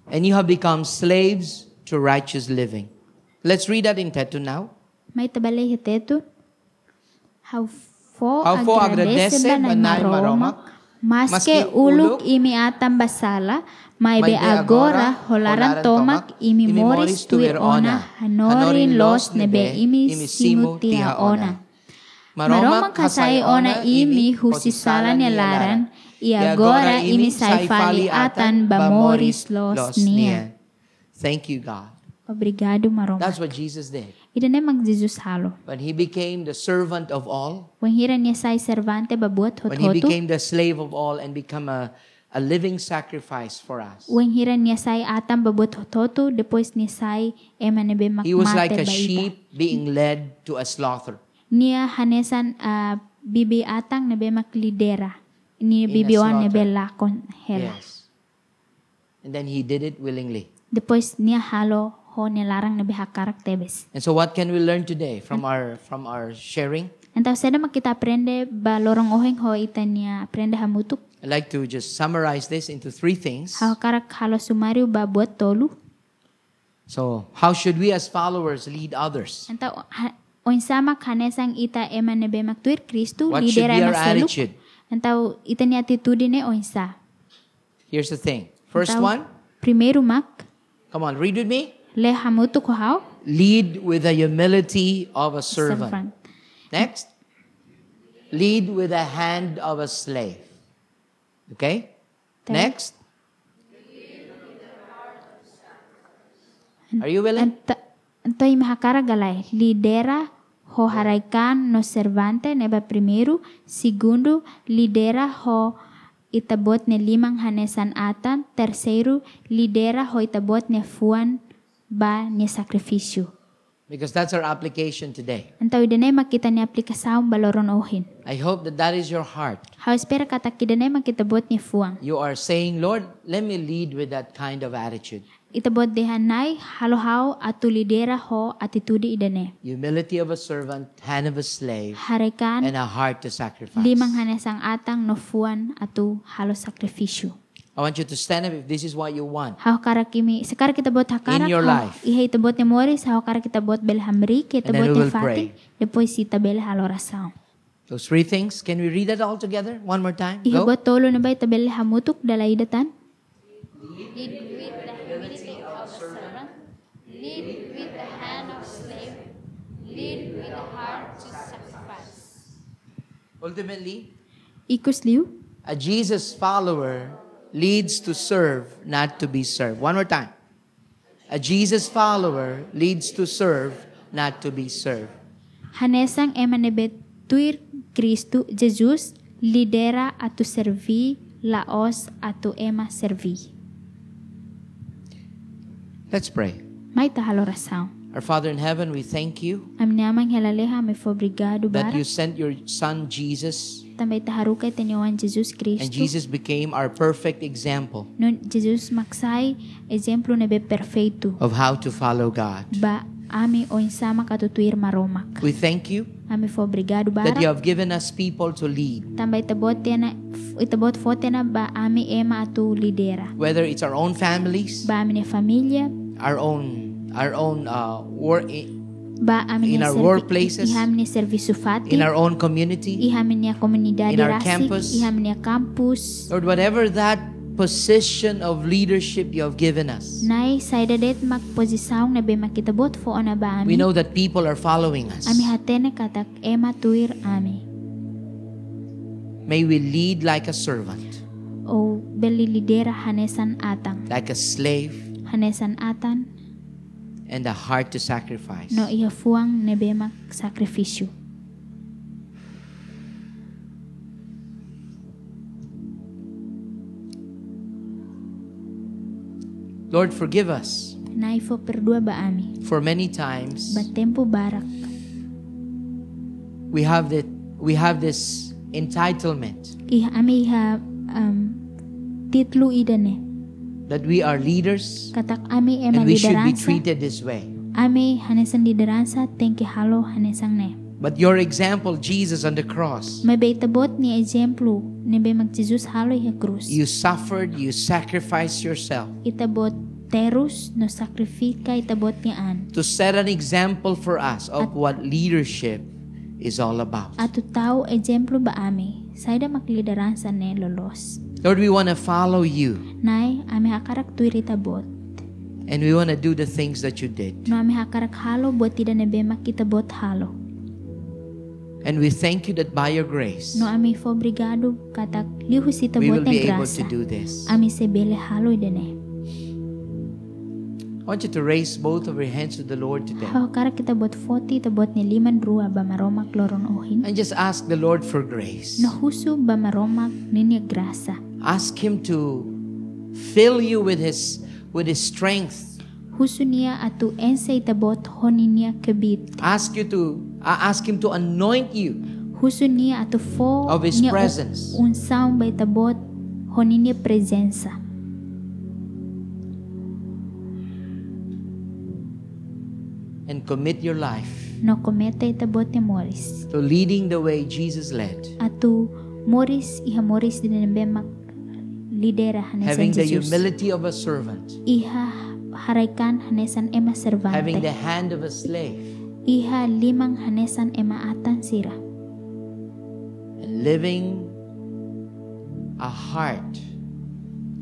S1: and you have become slaves to righteous living. Let's read that in Tetu now.
S2: May tabalay hiteto. How fo
S1: How fo agradece banay maromak, maski
S2: Maske
S1: uluk
S2: uluk imi atam basala, may
S1: may
S2: be agora holaran tomak imi moris tuir ona, hanorin los nebe imi simu tia ona. Maromak kasai ona imi husisalan yalaran, iagora imi saifali atan bamoris los nia.
S1: Thank you, God.
S2: Obrigado, Maromak.
S1: That's what Jesus did.
S2: Ida mag Jesus halo.
S1: When he became the servant of all,
S2: When hira niya sai servante babuat hot
S1: when he
S2: hotu,
S1: became the slave of all and become a, a living sacrifice for us,
S2: When hira niya sai atam babot hototo, depois niya sai ema nebe makmate
S1: he was like a
S2: ba ita.
S1: sheep being led to a slaughter.
S2: Niya hanesan ah, bibi atang nebe maklidera. Ni
S1: a
S2: bibi
S1: slaughter.
S2: wan nebe lakon hela.
S1: Yes. And then he did it willingly.
S2: Depois niya halo ho niya larang nebe hakarak tebes.
S1: And so what can we learn today from our from our sharing?
S2: Antaw seda makita aprende ba lorong oheng ho ita niya aprende hamutuk.
S1: I'd like to just summarize this into three things.
S2: Hakarak halo sumariu ba buat tolu.
S1: So, how should we as followers lead others?
S2: Antaw ha, oinsama hanesang ita ema nebe maktuir Kristu
S1: What should
S2: lidera
S1: be
S2: ema
S1: our
S2: seluk.
S1: attitude?
S2: Antaw ita niya attitude ne oinsa.
S1: Here's the thing. First
S2: Então,
S1: one,
S2: Primeiro mak,
S1: come on, read with me.
S2: le hamutu kohau.
S1: Lead with the humility of a servant. Next, lead with the hand of a slave. Okay?
S2: Then-
S1: Next. Are you willing?
S2: Anta, anta imahakara galai. Lidera ho haraikan no servante neba primeiro. Segundo, lidera ho itabot ne limang hanesan atan. Terceiro, lidera ho itabot ne fuan ba ne sakrifisyo.
S1: Because that's our application today.
S2: Antaw idenay makita ni aplikasaon baloron ohin.
S1: I hope that that is your heart.
S2: Hau espera katak idenay makitabot ni fuan.
S1: You are saying, Lord, let me lead with that kind of attitude.
S2: Itabot dehanay halohau atu lidera ho attitude idenay.
S1: Humility of a servant, hand of a slave,
S2: Harikan
S1: and a heart to sacrifice.
S2: limang hanesang atang nofuan atu halo sakrifisyo.
S1: I want you to stand up if this is what you want.
S2: Hao karakimi, sekar kita buat hakarak.
S1: In your
S2: hao-
S1: life.
S2: Iha ito buat ni Morris, hao karak kita buat bel hamri, kita
S1: And then we
S2: buat ni
S1: will
S2: Fatih, depois sita bel halo rasam.
S1: Those three things. Can we read that all together one more time?
S2: Iha
S1: Go.
S2: buat tolo na ba ita bel hamutuk dalay datan? Lead with the hand of slave, lead with the heart to sacrifice.
S1: Ultimately,
S2: Ikus liu?
S1: a Jesus follower leads to serve, not to be served. One more time. A Jesus follower leads to serve, not to be served.
S2: Hanesang emanebet tuir Kristu Jesus lidera atu servi laos atu ema servi.
S1: Let's pray.
S2: May tahalo rasao.
S1: Our Father in heaven, we thank you
S2: Am namang helaleha me obrigado
S1: that you
S2: bara.
S1: sent your son Jesus,
S2: Tambay taharuka tenyawan Jesus
S1: and
S2: Kristu.
S1: Jesus became our perfect example
S2: Non Jesus maksai exemplo nebe perfeito.
S1: of how to follow God.
S2: Ba ami oinsama katutuir maromak.
S1: We thank you
S2: Ami obrigado
S1: that you
S2: bara.
S1: have given us people to lead,
S2: Tambay tabot tena itabot fotena ba ami ema atu lidera.
S1: whether it's our own families,
S2: Ba ami ne familia,
S1: our own, our own uh, work, in
S2: ba amin
S1: In our
S2: niya servi-
S1: workplaces,
S2: iham niya servisyo fati,
S1: our own community.
S2: iham niya komunidad
S1: in our
S2: rasik,
S1: campus,
S2: iham niya kampus,
S1: Lord, whatever that position of leadership you have given us.
S2: Nay, sa dadet magposisyon na be makitabot fo ana ba
S1: We
S2: ami.
S1: know that people are following us.
S2: Ami hatene katak ema tuir ami.
S1: May we lead like a servant,
S2: O belilidera hanesan atang.
S1: like a slave,
S2: Hanesan atan
S1: and a heart to sacrifice.
S2: no iya fuang na be mak sakrifisyo.
S1: Lord, forgive us
S2: Nay fo perdua ba ami.
S1: for many times
S2: Ba tempo barak.
S1: we have that we have this entitlement
S2: Iha ami iha um, titlu idane.
S1: that we are leaders
S2: Katak ami ema
S1: and we should be
S2: lideransa.
S1: treated this way.
S2: Ami hanesan lideransa tengki halo hanesang ne.
S1: But your example, Jesus on the cross,
S2: May baitabot ni ejemplo ni be magjisus halo iha krus.
S1: you suffered, you sacrificed yourself
S2: itabot terus no sakrifika itabot niaan
S1: to set an example for us of what leadership is all about.
S2: ato tao ejemplo ba ami sayda maklideran sa ne lolos
S1: Lord, we want to follow you
S2: nay ami hakarak tuiri tabot
S1: and we want to do the things that you did.
S2: no ami hakarak halo buat tida nebe makitabot halo
S1: And we thank you that by your grace,
S2: no ami fo brigado katak lihus
S1: we
S2: itabot
S1: will
S2: ni
S1: be able
S2: grasa
S1: to do this.
S2: ami sebele halo idene
S1: I want you to raise both of your hands to the Lord today
S2: hakarak itabot foti itabot ni liman rua ba maromak loron ohin
S1: and just ask the Lord for grace.
S2: no husu ba maromak ninya grasa
S1: Ask Him to fill you with His with His strength.
S2: husu niya atu ensa itabot honinya kebit
S1: Ask you to uh, ask Him to anoint you
S2: Huso niya ato fo
S1: Of His
S2: niya un-
S1: presence.
S2: unsaon bay tabot honin niya presensa.
S1: and commit your life
S2: No kometa itabot ni Morris.
S1: to leading the way Jesus led,
S2: Ato Morris iha Morris din nabe mak lidera hanesan
S1: having the
S2: Jesus.
S1: humility of a servant,
S2: Iha haraikan hanesan
S1: having
S2: ema servante.
S1: the hand of a slave,
S2: Iha limang hanesan ema atan sira.
S1: and living a heart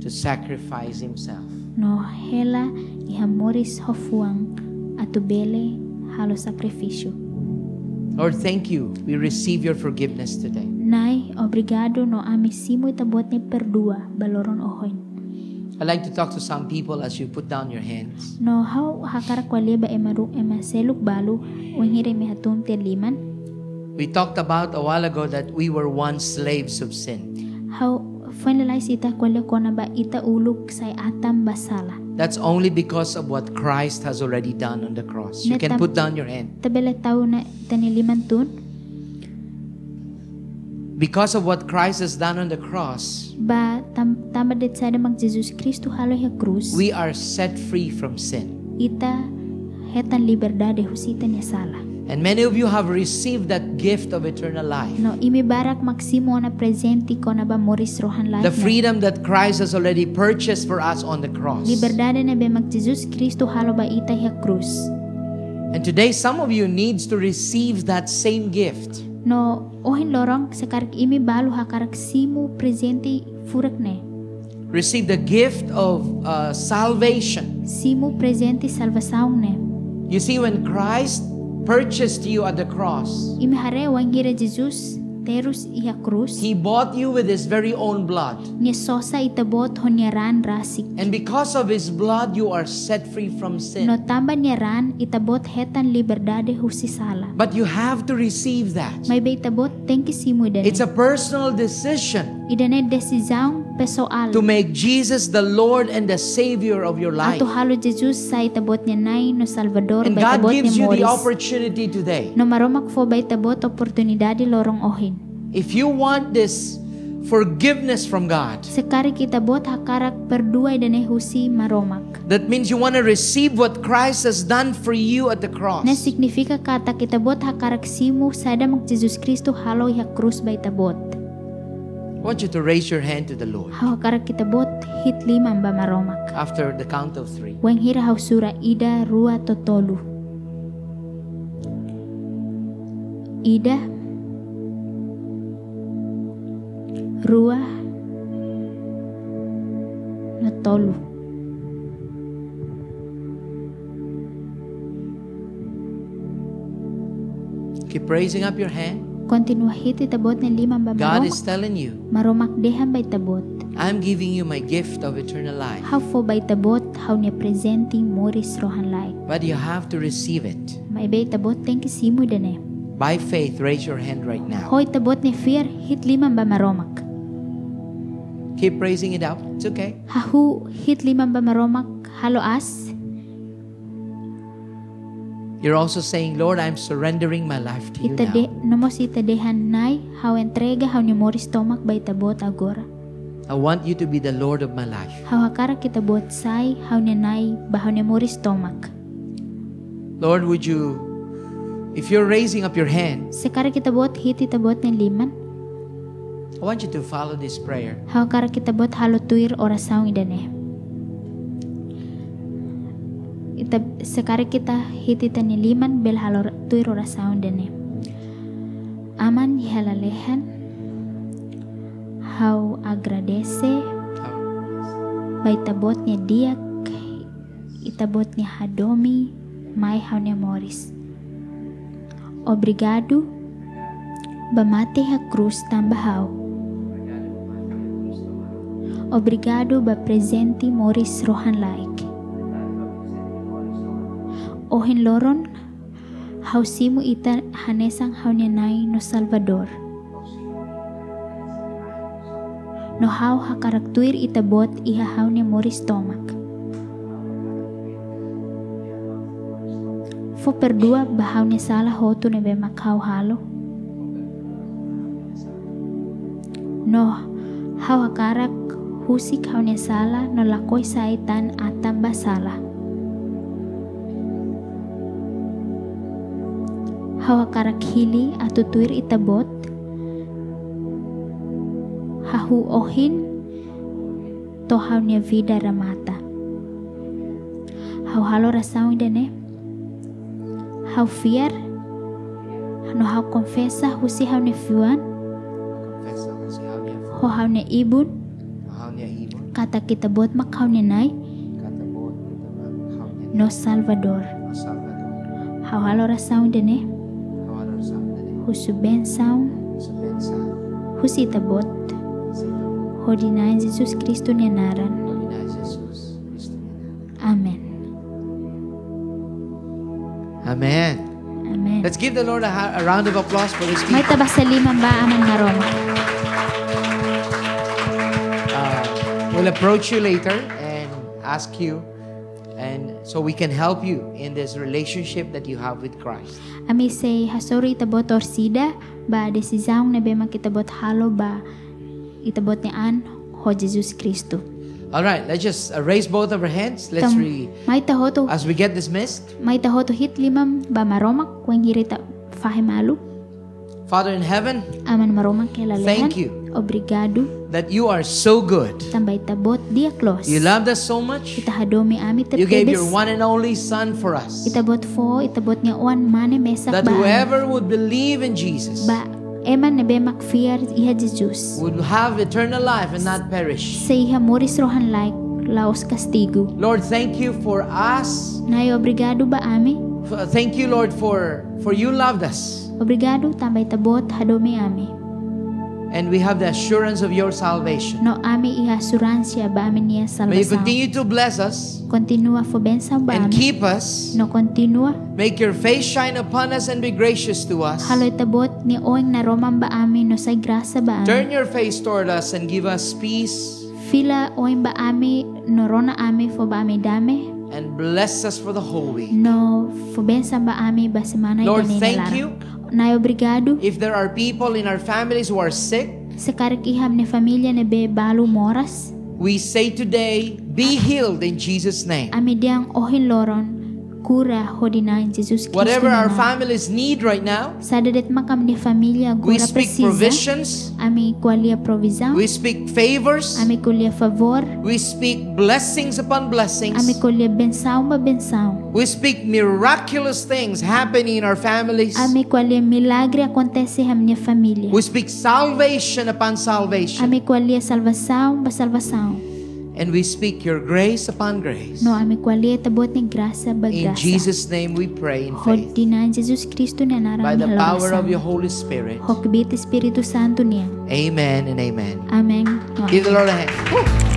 S1: to sacrifice Himself.
S2: No hela iha Morris hofuang ato bele halo sakrifisyo.
S1: Lord, thank you. We receive your forgiveness today.
S2: Nay, obrigado no amisimo itabot ni perdua baloron ohoin.
S1: I'd like to talk to some people as you put down your hands.
S2: No how hakar kwale ba emaru emaseluk balu wenghire mihatun liman
S1: We talked about a while ago that we were once slaves of sin.
S2: how finalize ita kwale kona ba ita uluk say atam basala
S1: That's only because of what Christ has already done on the cross. You can put down your hand.
S2: tabela tau na taniliman tun
S1: Because of what Christ has done on the cross,
S2: ba tam tamadet sa mag Jesus Kristo halo ya krus
S1: we are set free from sin.
S2: ita hetan liberdade husita niya sala
S1: And many of you have received that gift of eternal life.
S2: no imibarak maksimo na presenti kona ba moris rohan life
S1: The
S2: na.
S1: freedom that Christ has already purchased for us on the cross.
S2: liberdade na be mag Jesus Kristo halo ba ita ya krus
S1: And today some of you needs to receive that same gift.
S2: No, ohin lorong sekarak imi balu hakarak simu presenti furak ne.
S1: Receive the gift of uh, salvation.
S2: Simu presenti salvasaung ne.
S1: You see, when Christ purchased you at the cross,
S2: Imi hare wangira Jesus terus iya krus.
S1: He bought you with His very own blood.
S2: Nia sosa itabot hon nia ran rasik.
S1: And because of His blood, you are set free from
S2: No
S1: sin.
S2: tamba nia ran itabot hetan liberdade husi sala.
S1: But you have to receive that.
S2: May be itabot tengki simu idane.
S1: It's a personal decision
S2: Idane desizaung pesoal.
S1: to make Jesus the Lord and the Savior of your life.
S2: Mm-hmm. Ato halo Jesus sa itabot nia nai no Salvador
S1: And
S2: bay
S1: God
S2: tabot
S1: gives
S2: nia
S1: you the
S2: Morris.
S1: opportunity today.
S2: No maromak fo bay tabot oportunidade lorong ohin.
S1: If you want this forgiveness from God,
S2: Sekari kita bot hakarak berdua dan husi maromak.
S1: that means you want to receive what Christ has done for you at the
S2: Na
S1: cross.
S2: signifika kata kita bot hakarak simu sada mag Jesus Kristo halo ya krus bay tabot.
S1: I want you to raise your hand to the Lord
S2: Ha hakarak kita bot hit lima ba maromak.
S1: after the count of three.
S2: Weng hira hau sura ida rua totolu. Ida rua na tolo.
S1: Keep raising up your hand.
S2: Kontinua hiti tabot ni lima ba
S1: God
S2: maromak,
S1: is telling you,
S2: maromak dehan bay tabot.
S1: I'm giving you my gift of eternal life,
S2: How fo bay tabot how ni presenting moris rohan lai.
S1: but you have to receive it.
S2: May bay tabot thank simu dane.
S1: By faith, raise your hand right now.
S2: Hoy tabot ni fear hit lima ba maromak.
S1: Keep raising it up. It's okay.
S2: Hahu hit lima ba maromak halo as.
S1: You're also saying, Lord, I'm surrendering my life to you
S2: Ita de
S1: now.
S2: nomos ita dehan nai how entrega how ni moris tomak bay tabot agora.
S1: I want you to be the Lord of my life.
S2: How hakara kita buat sai how ni nai bahaw ni moris tomak.
S1: Lord, would you, if you're raising up your hand,
S2: Sekara kita buat hit ita buat ni liman.
S1: I want you to follow this prayer.
S2: How kara kita buat halo tuir ora saung idane. Ita sekara kita hitita ni liman bel halo tuir ora saung idane. Aman hilalehen. How agradece baitabot ni diak itabot ni hadomi mai how ni moris. Obrigado. Bamate ha cruz tambahau. Obrigado ba presente Morris Rohan Laik. Ohen Loron, hausimu ita hanesang haunenai no Salvador. No hau hakaraktuir ita bot iha haune Morris Tomak. Fo perdua bahaune salah hotu nebe makau halo. No, hau hakarak husik haune sala no lakoy saitan atam basala. Hau hakarak hili atutuir itabot. Hahu ohin to haune vida ramata. Hau halo rasaung dene. Hau fiar no hau confessa husi haune fiwan ho haune ibun kata kita buat makau nenai no Salvador. Hawalo ra sound dene, husuben sound, husita bot, hodinain Jesus Kristo nenaran. Amen.
S1: Amen.
S2: Amen.
S1: Let's give the Lord a, ha- a round of applause for this
S2: May
S1: people.
S2: tabas sa liman ba aman nga Roma?
S1: Uh, we'll approach you later and ask you, and so we can help you in this relationship that you have with Christ.
S2: Ami say hasori itabot orsida ba desizang na bema kitabot halo ba itabot ni an ho Jesus Kristo.
S1: All right, let's just uh, raise both of our hands. Let's re
S2: may tahoto
S1: as we get dismissed.
S2: may tahoto hit limam ba maromak kweng hirita fahimalu.
S1: Father in heaven,
S2: Aman maromang kailalahan.
S1: Thank you.
S2: Obrigado.
S1: that you are so good.
S2: Tambay tabot dia klos.
S1: You loved us so much.
S2: Ita hadomi ami
S1: You gave your
S2: terpedes.
S1: one and only Son for us.
S2: Itabot fo, itabot niya uan mane mesak
S1: That
S2: ba.
S1: whoever would believe in Jesus
S2: Ba, eman nebe makfiyar iha Jesus.
S1: would have eternal life and not perish.
S2: Sa iha moris rohan laik, laos kastigo.
S1: Lord, thank you for us.
S2: Nay obrigado ba ami?
S1: F- Thank you, Lord, for for you loved us.
S2: Obrigado tambay tabot hadomi ami.
S1: and we have the assurance of your salvation.
S2: No ami iha suransya ba amin niya
S1: May you
S2: salvasan.
S1: continue to bless us
S2: Continua fo bensa ba
S1: and
S2: ami?
S1: keep us.
S2: No continua.
S1: Make your face shine upon us and be gracious to us.
S2: Haloy tabot ni oing na roman ba ami no sa grasa ba ami?
S1: Turn your face toward us and give us peace
S2: Fila oin ba ami norona ami fo ba ami dame
S1: and bless us for the whole week.
S2: no fo bensa ba ami ba semana
S1: Lord,
S2: ita
S1: thank
S2: nilalang.
S1: you.
S2: Nay obrigado.
S1: If there are people in our families who are sick,
S2: Sekarik iham ni familia ni be balu moras.
S1: we say today, be healed in Jesus' name.
S2: Ami diang ohin loron kura hodinain Jesus Kristo.
S1: Whatever our
S2: nama.
S1: families need right now,
S2: Sadadet makam ni familia
S1: we
S2: gura
S1: speak
S2: precisa. Ah.
S1: provisions,
S2: Ami kualia provisão.
S1: we speak favors,
S2: Ami kualia favor.
S1: we speak blessings upon blessings.
S2: Ami kualia benção ba benção.
S1: We speak miraculous things happening in our families.
S2: Ami kualia milagre acontece ham ni família.
S1: We speak salvation upon salvation.
S2: Ami kualia salvação ba salvação.
S1: And we speak your grace upon grace.
S2: Nós me qualia tabot ni graça
S1: In
S2: bagaça.
S1: Jesus' name we pray in faith.
S2: Hodina Jesus Kristo
S1: By
S2: ni naran
S1: the power of your
S2: halawasan.
S1: Holy Spirit.
S2: Hokbit Espiritu Santo niya.
S1: Amen and amen.
S2: Amen. Noa.
S1: Give the Lord a hand. Woo!